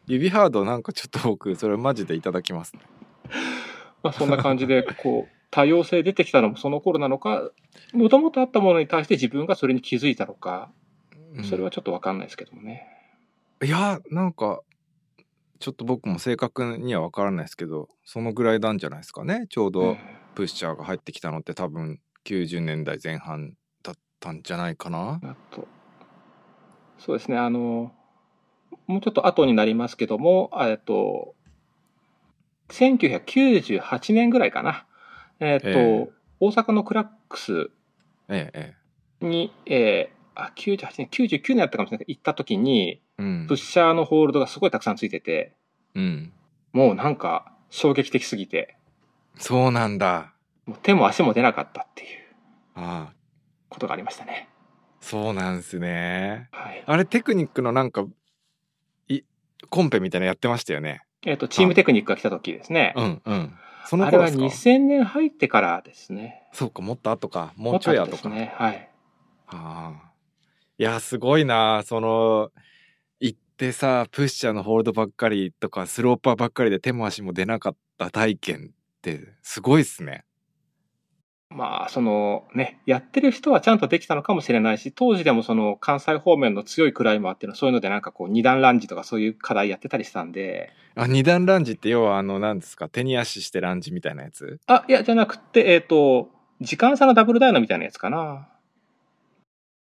指ハードなんかちょっと僕、それマジでいただきますね。
まあそんな感じ で、こう、多様性出てきたのもその頃なのか、もともとあったものに対して自分がそれに気づいたのか、
うん
それはちょっとわかんないですけどもね。
いや、なんか、ちょっと僕も正確には分からないですけど、そのぐらいなんじゃないですかね。ちょう
う
ど
ん
プッシャーが入ってきたのって多分90年代前半だったんじゃないかな。
あと、そうですね、あの、もうちょっと後になりますけども、えっと、1998年ぐらいかな。えっと、
ええ
大阪のクラックス
ええ、
に、えーあ、98年、99年だったかもしれないけど行った時に、
ええ。うん
プッ。シャーのホールドがすごいたくさんついてて、
うん。
もうなんか衝撃的すぎて、
そうなんだ。
もう手も足も出なかったっていう
ああ、
ことがありましたね。
そうなんすね。
はい。
あれ、テクニックのなんか、い、コンペみたいなのやってましたよね。
えっと、チームテクニックが来た時ですね。
うんうん。その
あれ
頃
は
ですか
2000年入ってからですね。
そうか、もっと後か。もうちょい後か。
もっと後ですね。はい。
ああ。いや、すごいな。その、行ってさ、プッシャーのホールドばっかりとか、スローパーばっかりで手も足も出なかった体験って、すごいっすね。
まあ、そのね、やってる人はちゃんとできたのかもしれないし、当時でもその関西方面の強いクライマーっていうのはそういうのでなんかこう二段ランジとかそういう課題やってたりしたんで、
あ、二段ランジって、要は、あの、なんですか、手に足してランジみたいなやつ
あ、いや、じゃなくて、えっ、と、時間差のダブルダイナみたいなやつかな。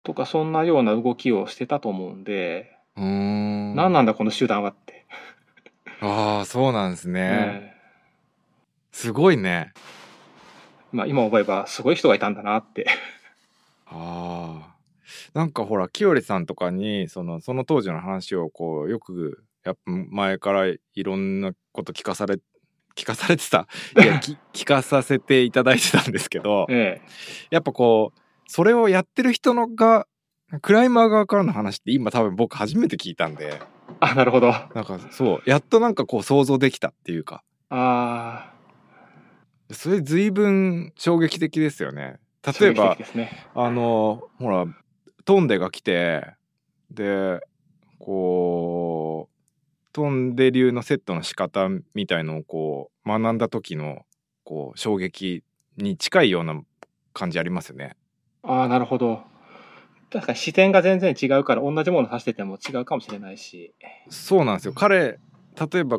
とか、そんなような動きをしてたと思うんで、
うーん。
何なんだこの集団はって。
ああ、そうなんですね。
え
すごいね。
えまあ、今思えばすごい人がいたんだなって。
ああ。なんかほら、清里さんとかに、その、その当時の話を、こう、よく、やっぱ前からいろんなこと聞かされ、聞かされて た。いや、き聞かさせていただいてたんですけど、
ええ
やっぱこう、それをやってる人のが、クライマー側からの話って今多分僕初めて聞いたんで、
あ、なるほど。あ
なんかそう、やっとなんかこう想像できたっていうか、
あ
それ随分衝撃的ですよね。
ー、
例えば
衝撃的、ですね。
あのほらトンデが来てでこうトンデ流のセットの仕方みたいのをこう学んだ時のこう衝撃に近いような感じありますよね。
ああ、なるほど。確かに視点が全然違うから、同じもの指してても違うかもしれないし。
そうなんですよ彼例えば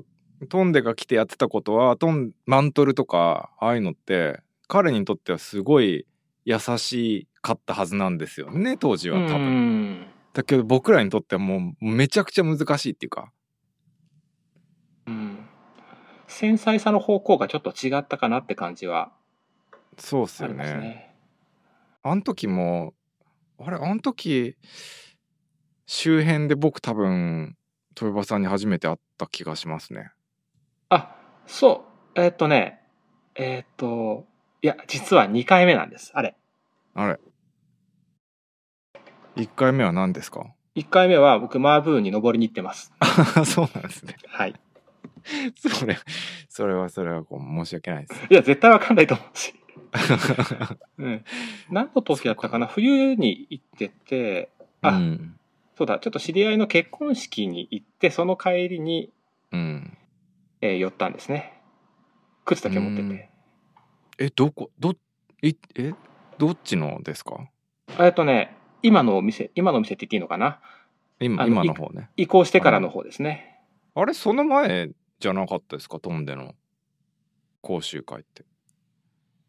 トンデが来てやってたことはトンマントルとかああいうのって彼にとってはすごい優しかったはずなんですよね当時
う
は多分。
ん。
だけど僕らにとってはもうめちゃくちゃ難しいっていうか
うん。繊細さの方向がちょっと違ったかなって感じは
そうっす
あ
よ
ります
ね。
ね。
あの時もあれあの時周辺で僕多分豊場さんに初めて会った気がしますね。
あ、そう。えーっとね、えーっと、いや、実は2回目なんです、あれ。
あれ1回目は何ですか
1回目は僕、マーブーンに登りに行ってます。
そうなん ですね。
はい。
それ、それはそれはこう申し訳ないです。
いや、絶対わかんないと思う し。うん。何の時だったかな冬に行ってて、あ
うん。
そうだ、ちょっと知り合いの結婚式に行って、その帰りに、
うん。
えー寄ったんですね。靴だけ持って
うん
て。
え、どこ、ど、いえ、どっちのですか
えっとね、今のお店、今のお店って言っていいのかな
今、
あ
今
の
の方ね。
移行してからの方ですね。
あれ、その前じゃなかったですかトンデの講習会って。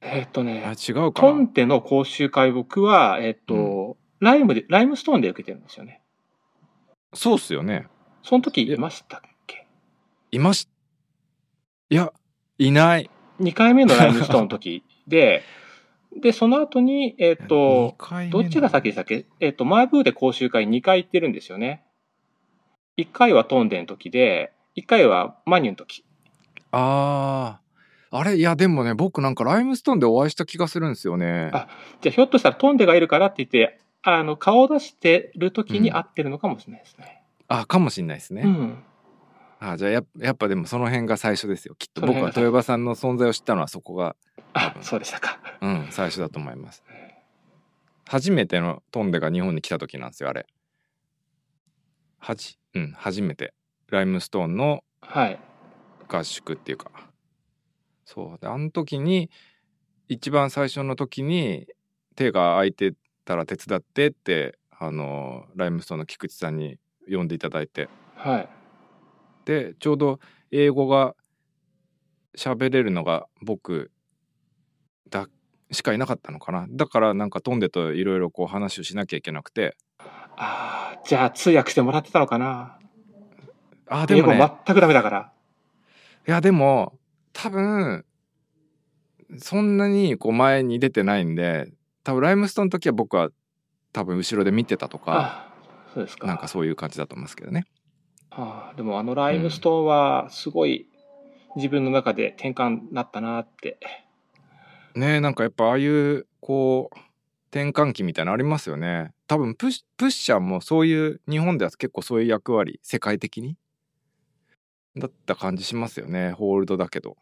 えっと
あ、
ね、
違うか
ト
な
ンテの講習会僕は、えっと、ライムで、ライムストーンで受けてるんですよね。
そうっすよね。
その時いましたっけ
いまし、いや、いない。
?2 回目のライムストーンの時で、で、その後に、えっと、どっちが先でしたっけえっ、と、マーブーで講習会2回行ってるんですよね。1回はトンデの時で、1回はマニュの時。
ああ。あれいや、でもね、僕なんかライムストーンでお会いした気がするんですよね。
あじゃあ、ひょっとしたらトンデがいるからって言って、あの、顔を出してる時
う
に
ん
会ってるのかもしれないですね。
あ、かもしんないですね。
うん。
あじゃあやっやっぱでもその辺が最初ですよきっと
その
僕
辺
は
が
豊場さんの存在を知ったのはそこが、
あ、そうでしたか。
うん、最初だと思います初めてのトンデが日本に来た時なんですよあれはじ、うん、初めてライムストーンの
はい。
合宿っていうかそうであの時に一番最初の時に手が空いてたら手伝ってってあのライムストーンの菊池さんに呼んでいただいて
はい。
でちょうど英語が喋れるのが僕だしかいなかったのかなだからなんかトンデといろいろこう話をしなきゃいけなくて
ああ、じゃあ通訳してもらってたのかな。
あーで
英
も
語
ね
全くダメだから。
いやでも多分そんなにこう前に出てないんで多分ライムストーンの時は僕は多分後ろで見てたとか
あそうですか。
なんかそういう感じだと思いますけどね
ああでもあのライムストーンはすごい自分の中で転換になったなって。
ねえなんかやっぱああいうこう転換期みたいなのありますよね多分プッシュプッシャーもそういう日本では結構そういう役割世界的にだった感じしますよねホールドだけど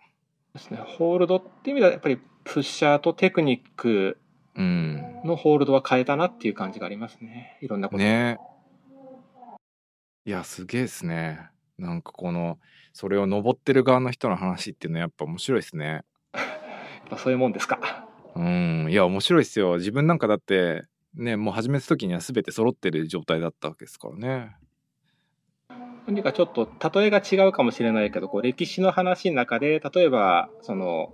ですね。ホールドって意味ではやっぱりプッシャーとテクニック
うん
のホールドは変えたなっていう感じがありますね。いろんなこと。
ねえいやすげえですねなんかこのそれを登ってる側の人の話っていうのはやっぱ面白いですね
やっぱそういうもんですか。
うんいや面白いっすよ自分なんかだってねもう始めた時には全て揃ってる状態だったわけですからね
何かちょっと例えが違うかもしれないけど、こう歴史の話の中で、例えば、その、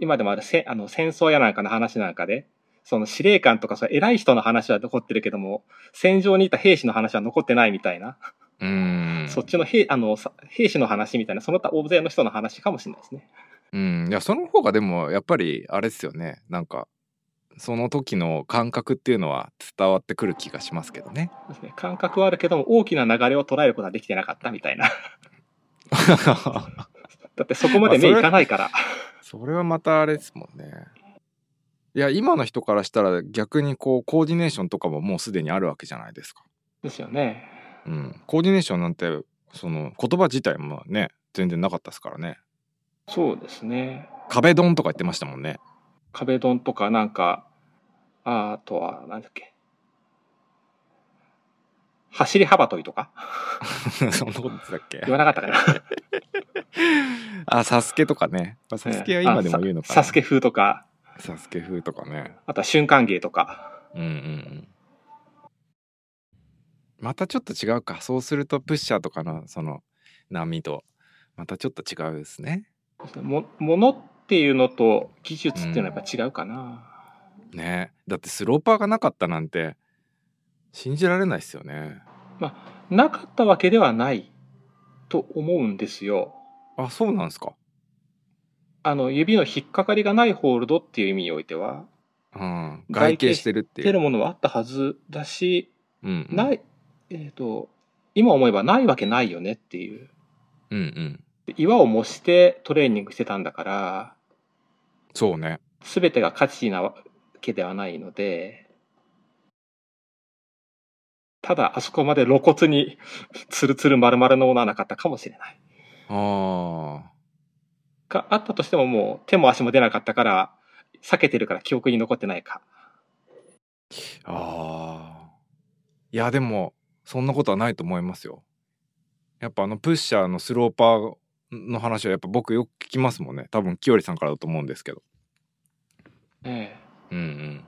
今でもあるせあの戦争やなんかの話なんかで、その司令官とかそう偉い人の話は残ってるけども、戦場にいた兵士の話は残ってないみたいな。
うん
そっちの兵あのさ兵士の話みたいな、その他大勢の人の話かもしれないですね。
うん、いやその方がでもやっぱりあれですよねなんかその時の感覚っていうのは伝わってくる気がしますけどね
そうですね感覚はあるけども、大きな流れを捉えることはできてなかったみたいな。 だってそこまで目いかないから。
それはまたあれですもんねいや今の人からしたら逆にこうコーディネーションとかももうすでにあるわけじゃないですか、
ですよね。
うん、コーディネーションなんてその言葉自体もね全然なかったですからね
そうですね。
壁ドンとか言ってましたもんね
壁ドンとかなんか、あとは、なんだっけ。走り幅跳びと か
そんなこと言ってたっ け
言わなかったかな。
あサスケとかねまあサスケは今でも言うのか
あ
な
さサスケ風とか、
サスケ風とかね
あとは瞬間芸とか。
うんうんうんまたちょっと違うかそうするとプッシャーとかのその波とまたちょっと違うですね
も、ものっていうのと技術っていうのはやっぱ違うかな。
ねだってスローパーがなかったなんて信じられないですよね
なかったわけではないと思うんですよ。
あそうなんですか
あの、指の引っかかりがないホールドっていう意味においては、
うん
外
外
形
形
し
しててるってい
出る
う、
ものはあったはずだし、
うんうん、
ない、えっ、と、今思えばないわけないよねっていう。
うんうん
で岩を模してトレーニングしてたんだから、
そうね
すべてが価値なわけではないので、ただ、あそこまで露骨に、ツルツル丸々のものはなかったかもしれない。
あ
があったとしてももう手も足も出なかったから、避けてるから記憶に残ってないか。
あ。ああ。いや、でも、そんなことはないと思いますよ。やっぱあの、プッシャーのスローパーの話はやっぱ僕よく聞きますもんね。多分、きよりさんからだと思うんですけど。
ええ。
うんうん。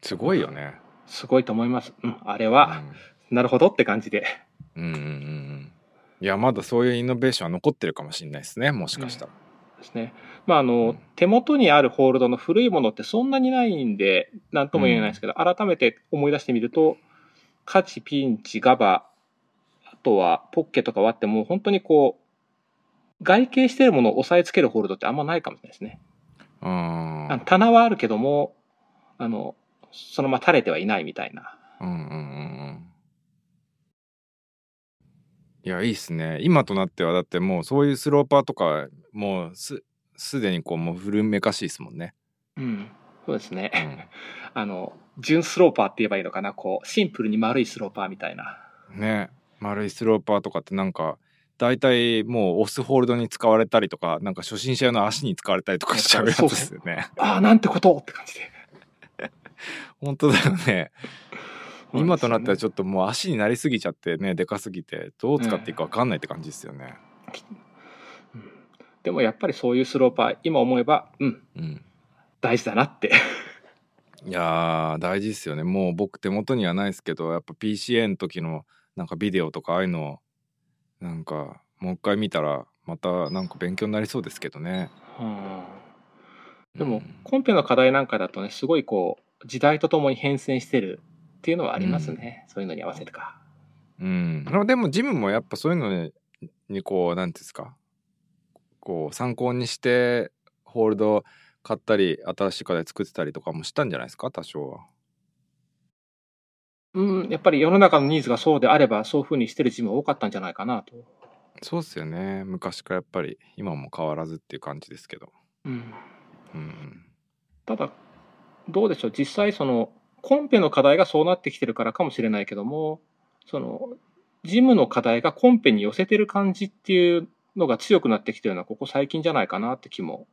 すごいよね。
すごいと思います。うん、あれ
う
は、
ん
なるほどって感じで。
うんうんうんうんいやまだそういうイノベーションは残ってるかもしれないですねもしかしたら、
ですね。まあ、あの、手元にあるホールドの古いものってそんなにないんで、なんとも言えないですけど、改めて思い出してみると、価値、ピンチ、ガバ、あとはポッケとかはあっても、本当にこう、外形してるものを押さえつけるホールドってあんまないかもしれないですね。
うん、
あの棚はあるけども、あの、そのまま垂れてはいないみたいな。
うんうんうんうんいやいいっすね今となってはだってもうそういうスローパーとかもうすすでにこうもう古めかしいですもんね、
うん。そうですね。
う
あの、純スローパーって言えばいいのかな。こう、シンプルに丸いスローパーみたいな。
ん、ね丸いスローパーとかってなんか大体もう押すホールドに使われたりとかなんか初心者用の足に使われたりとかしちゃうやつですよね
ああ、なんてことって感じで。
本当だよね今となっては
ょ
ちょっともう足になりすぎちゃってねでかすぎてどう使っていいか分かんないって感じですよね。
っと。でもやっぱりそういうスローパー、今思えば、うん、
うん、
大事だなって。
いやー大事ですよねもう僕手元にはないですけどやっぱ PCA の時のなんかビデオとかああいうのをなんかもう一回見たらまたなんか勉強になりそうですけどね。
でも、
うん
コンペの課題なんかだとね、すごいこう、時代とともに変遷してるっていうのはありますね。そういうのに合わせてか。
うん、まあでもジムもやっぱそういうのににこうなんていうんですかこう参考にしてホールド買ったり新しい課題作ってたりとかもしたんじゃないですか多少は。
うん、やっぱり世の中のニーズがそうであれば、そういうふうにしてるチームは多かったんじゃないかなと。
そうっすよね昔からやっぱり今も変わらずっていう感じですけど、
うん。
うん、
ただ、どうでしょう、実際その、コンペの課題がそうなってきてるからかもしれないけども、その、ジムの課題がコンペに寄せてる感じっていうのが強くなってきてるのは、ここ最近じゃないかなって気も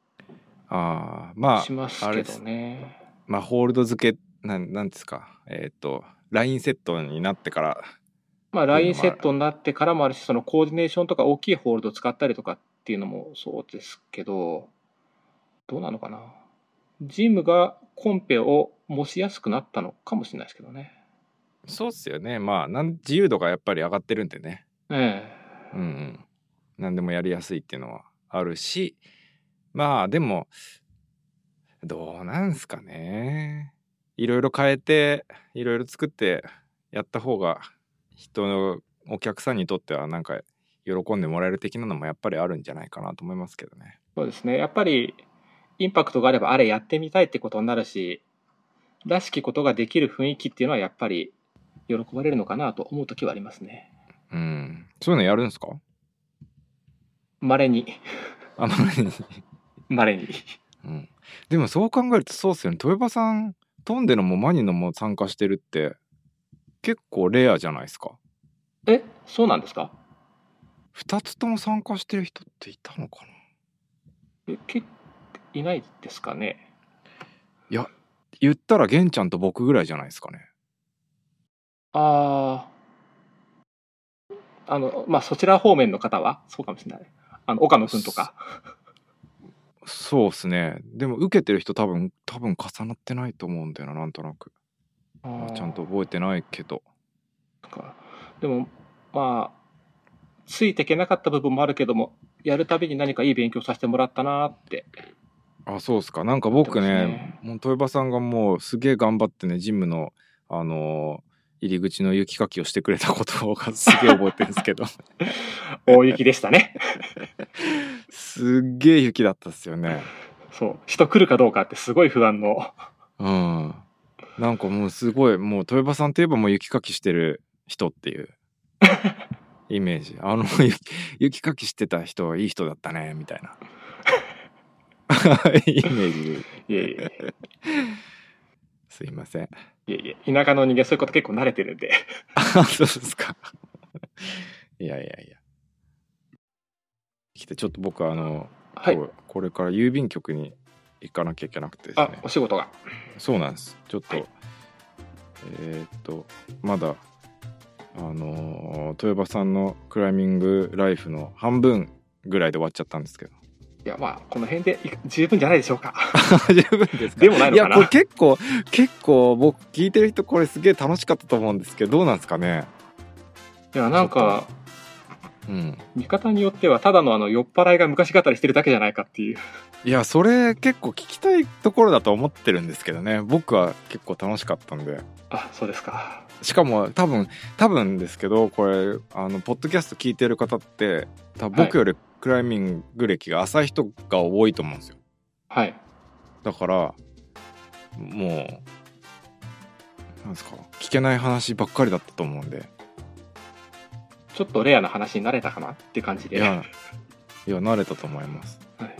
ああまあ
します
あれ
け
で
ど
す
ね。
まあホールド付けなんなんですかえっ、とラインセットになってからて
まあ、
いうのもある
LINE セットになってからもあるし、そのコーディネーションとか大きいホールド使ったりとかっていうのもそうですけど、どうなのかな。ジムがコンペを持しやすくなったのかもしれないですけどね。
そうっすよねまあなん自由度がやっぱり上がってるんでね
え
うんうん何でもやりやすいっていうのはあるしまあでもどうなんすかねいろいろ変えていろいろ作ってやった方が人のお客さんにとってはなんか喜んでもらえる的なのもやっぱりあるんじゃないかなと思いますけどね。
そうですね。やっぱり、インパクトがあれば、あれやってみたいってことになるし、らしきことができる雰囲気っていうのは、やっぱり、喜ばれるのかなと思うときはありますね。
うん、そういうのやるんですか
稀に、
あまりに、
稀に。
うん、でもそう考えるとそうっすよね豊場さん飛んでのもマニのも参加してるって結構レアじゃないですか。
え、そうなんですか
2つとも参加してる人っていたのかな
えけいないですかね。
言ったら玄ちゃんと僕ぐらいじゃないですかね
ああ。あの、まあ、そちら方面の方は、そうかもしれない。あの、岡野くんとか。
そうっすねでも受けてる人多分多分重なってないと思うんだよななんとなく
あー
ちゃんと覚えてないけど
とかでもまあついていけなかった部分もあるけどもやるたびに何かいい勉強させてもらったな ーって
あそうっすかなんか僕ね
そうですね
もう豊場さんがもうすげえ頑張ってねジムのあのー入り口の雪かきをしてくれたことがすげえ覚えてるんですけど
大雪でしたね
すっげえ雪だったっすよね
そう人来るかどうかってすごい不安の
うんなんかもうすごいもう豊場さんといえばもう雪かきしてる人っていうイメージあの 雪雪かきしてた人はいい人だったねみたいな イメージで
いえいえ
すいません
いえいえ、田舎の人間そういうこと結構慣れてるんで。
あ、そうですか。いやいやいや。来て、ちょっと僕、あの、
はい
今。日これから郵便局に行かなきゃいけなくてです
あ
ね、。
お仕事が。
そうなんです。ちょっと、
はい
えーっと、まだ、あのー豊場さんのクライミングライフの半分ぐらいで終わっちゃったんですけど。
いや、まあ、この辺でい十分じゃないでしょうか。
十分ですか
でもないのかな
や、
い
これ結構、結構僕聞いてる人これすげえ楽しかったと思うんですけど、どうなんですかね
いや、なんか、
うん。
見方によっては、ただのあの、酔っ払いが昔語りしてるだけじゃないかっていう。
いや、それ結構聞きたいところだと思ってるんですけどね。僕は結構楽しかったんで。
あ、そうですか。
しかも多分、多分ですけど、これ、あの、ポッドキャスト聞いてる方って、多分
はい
僕よりクライミング歴が浅い人が多いと思うんですよ。
はい。
だから、もう、なんですか、聞けない話ばっかりだったと思うんで。
ちょっとレアな話になれたかなって感じ
い
で。
や、いや、慣れたと思います。
はい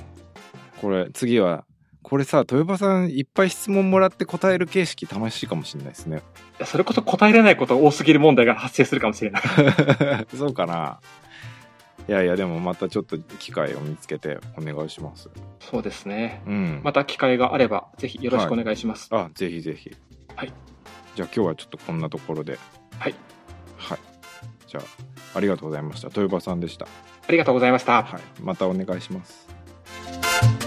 これ、次は、これさ、豊場さんいっぱい質問もらって答える形式楽しいかもしれないですね。
いやそれこそ答えれないことが多すぎる問題が発生するかもしれない。
そうかないやいやでもまたちょっと機会を見つけてお願いします
そうですね。
うん、
また機会があれば、ぜひよろしくお願いします。
あぜひぜひ
はい
じゃあ今日はちょっとこんなところで
はい。
はいじゃあありがとうございました豊場さんでした
ありがとうございました。
はいまたお願いします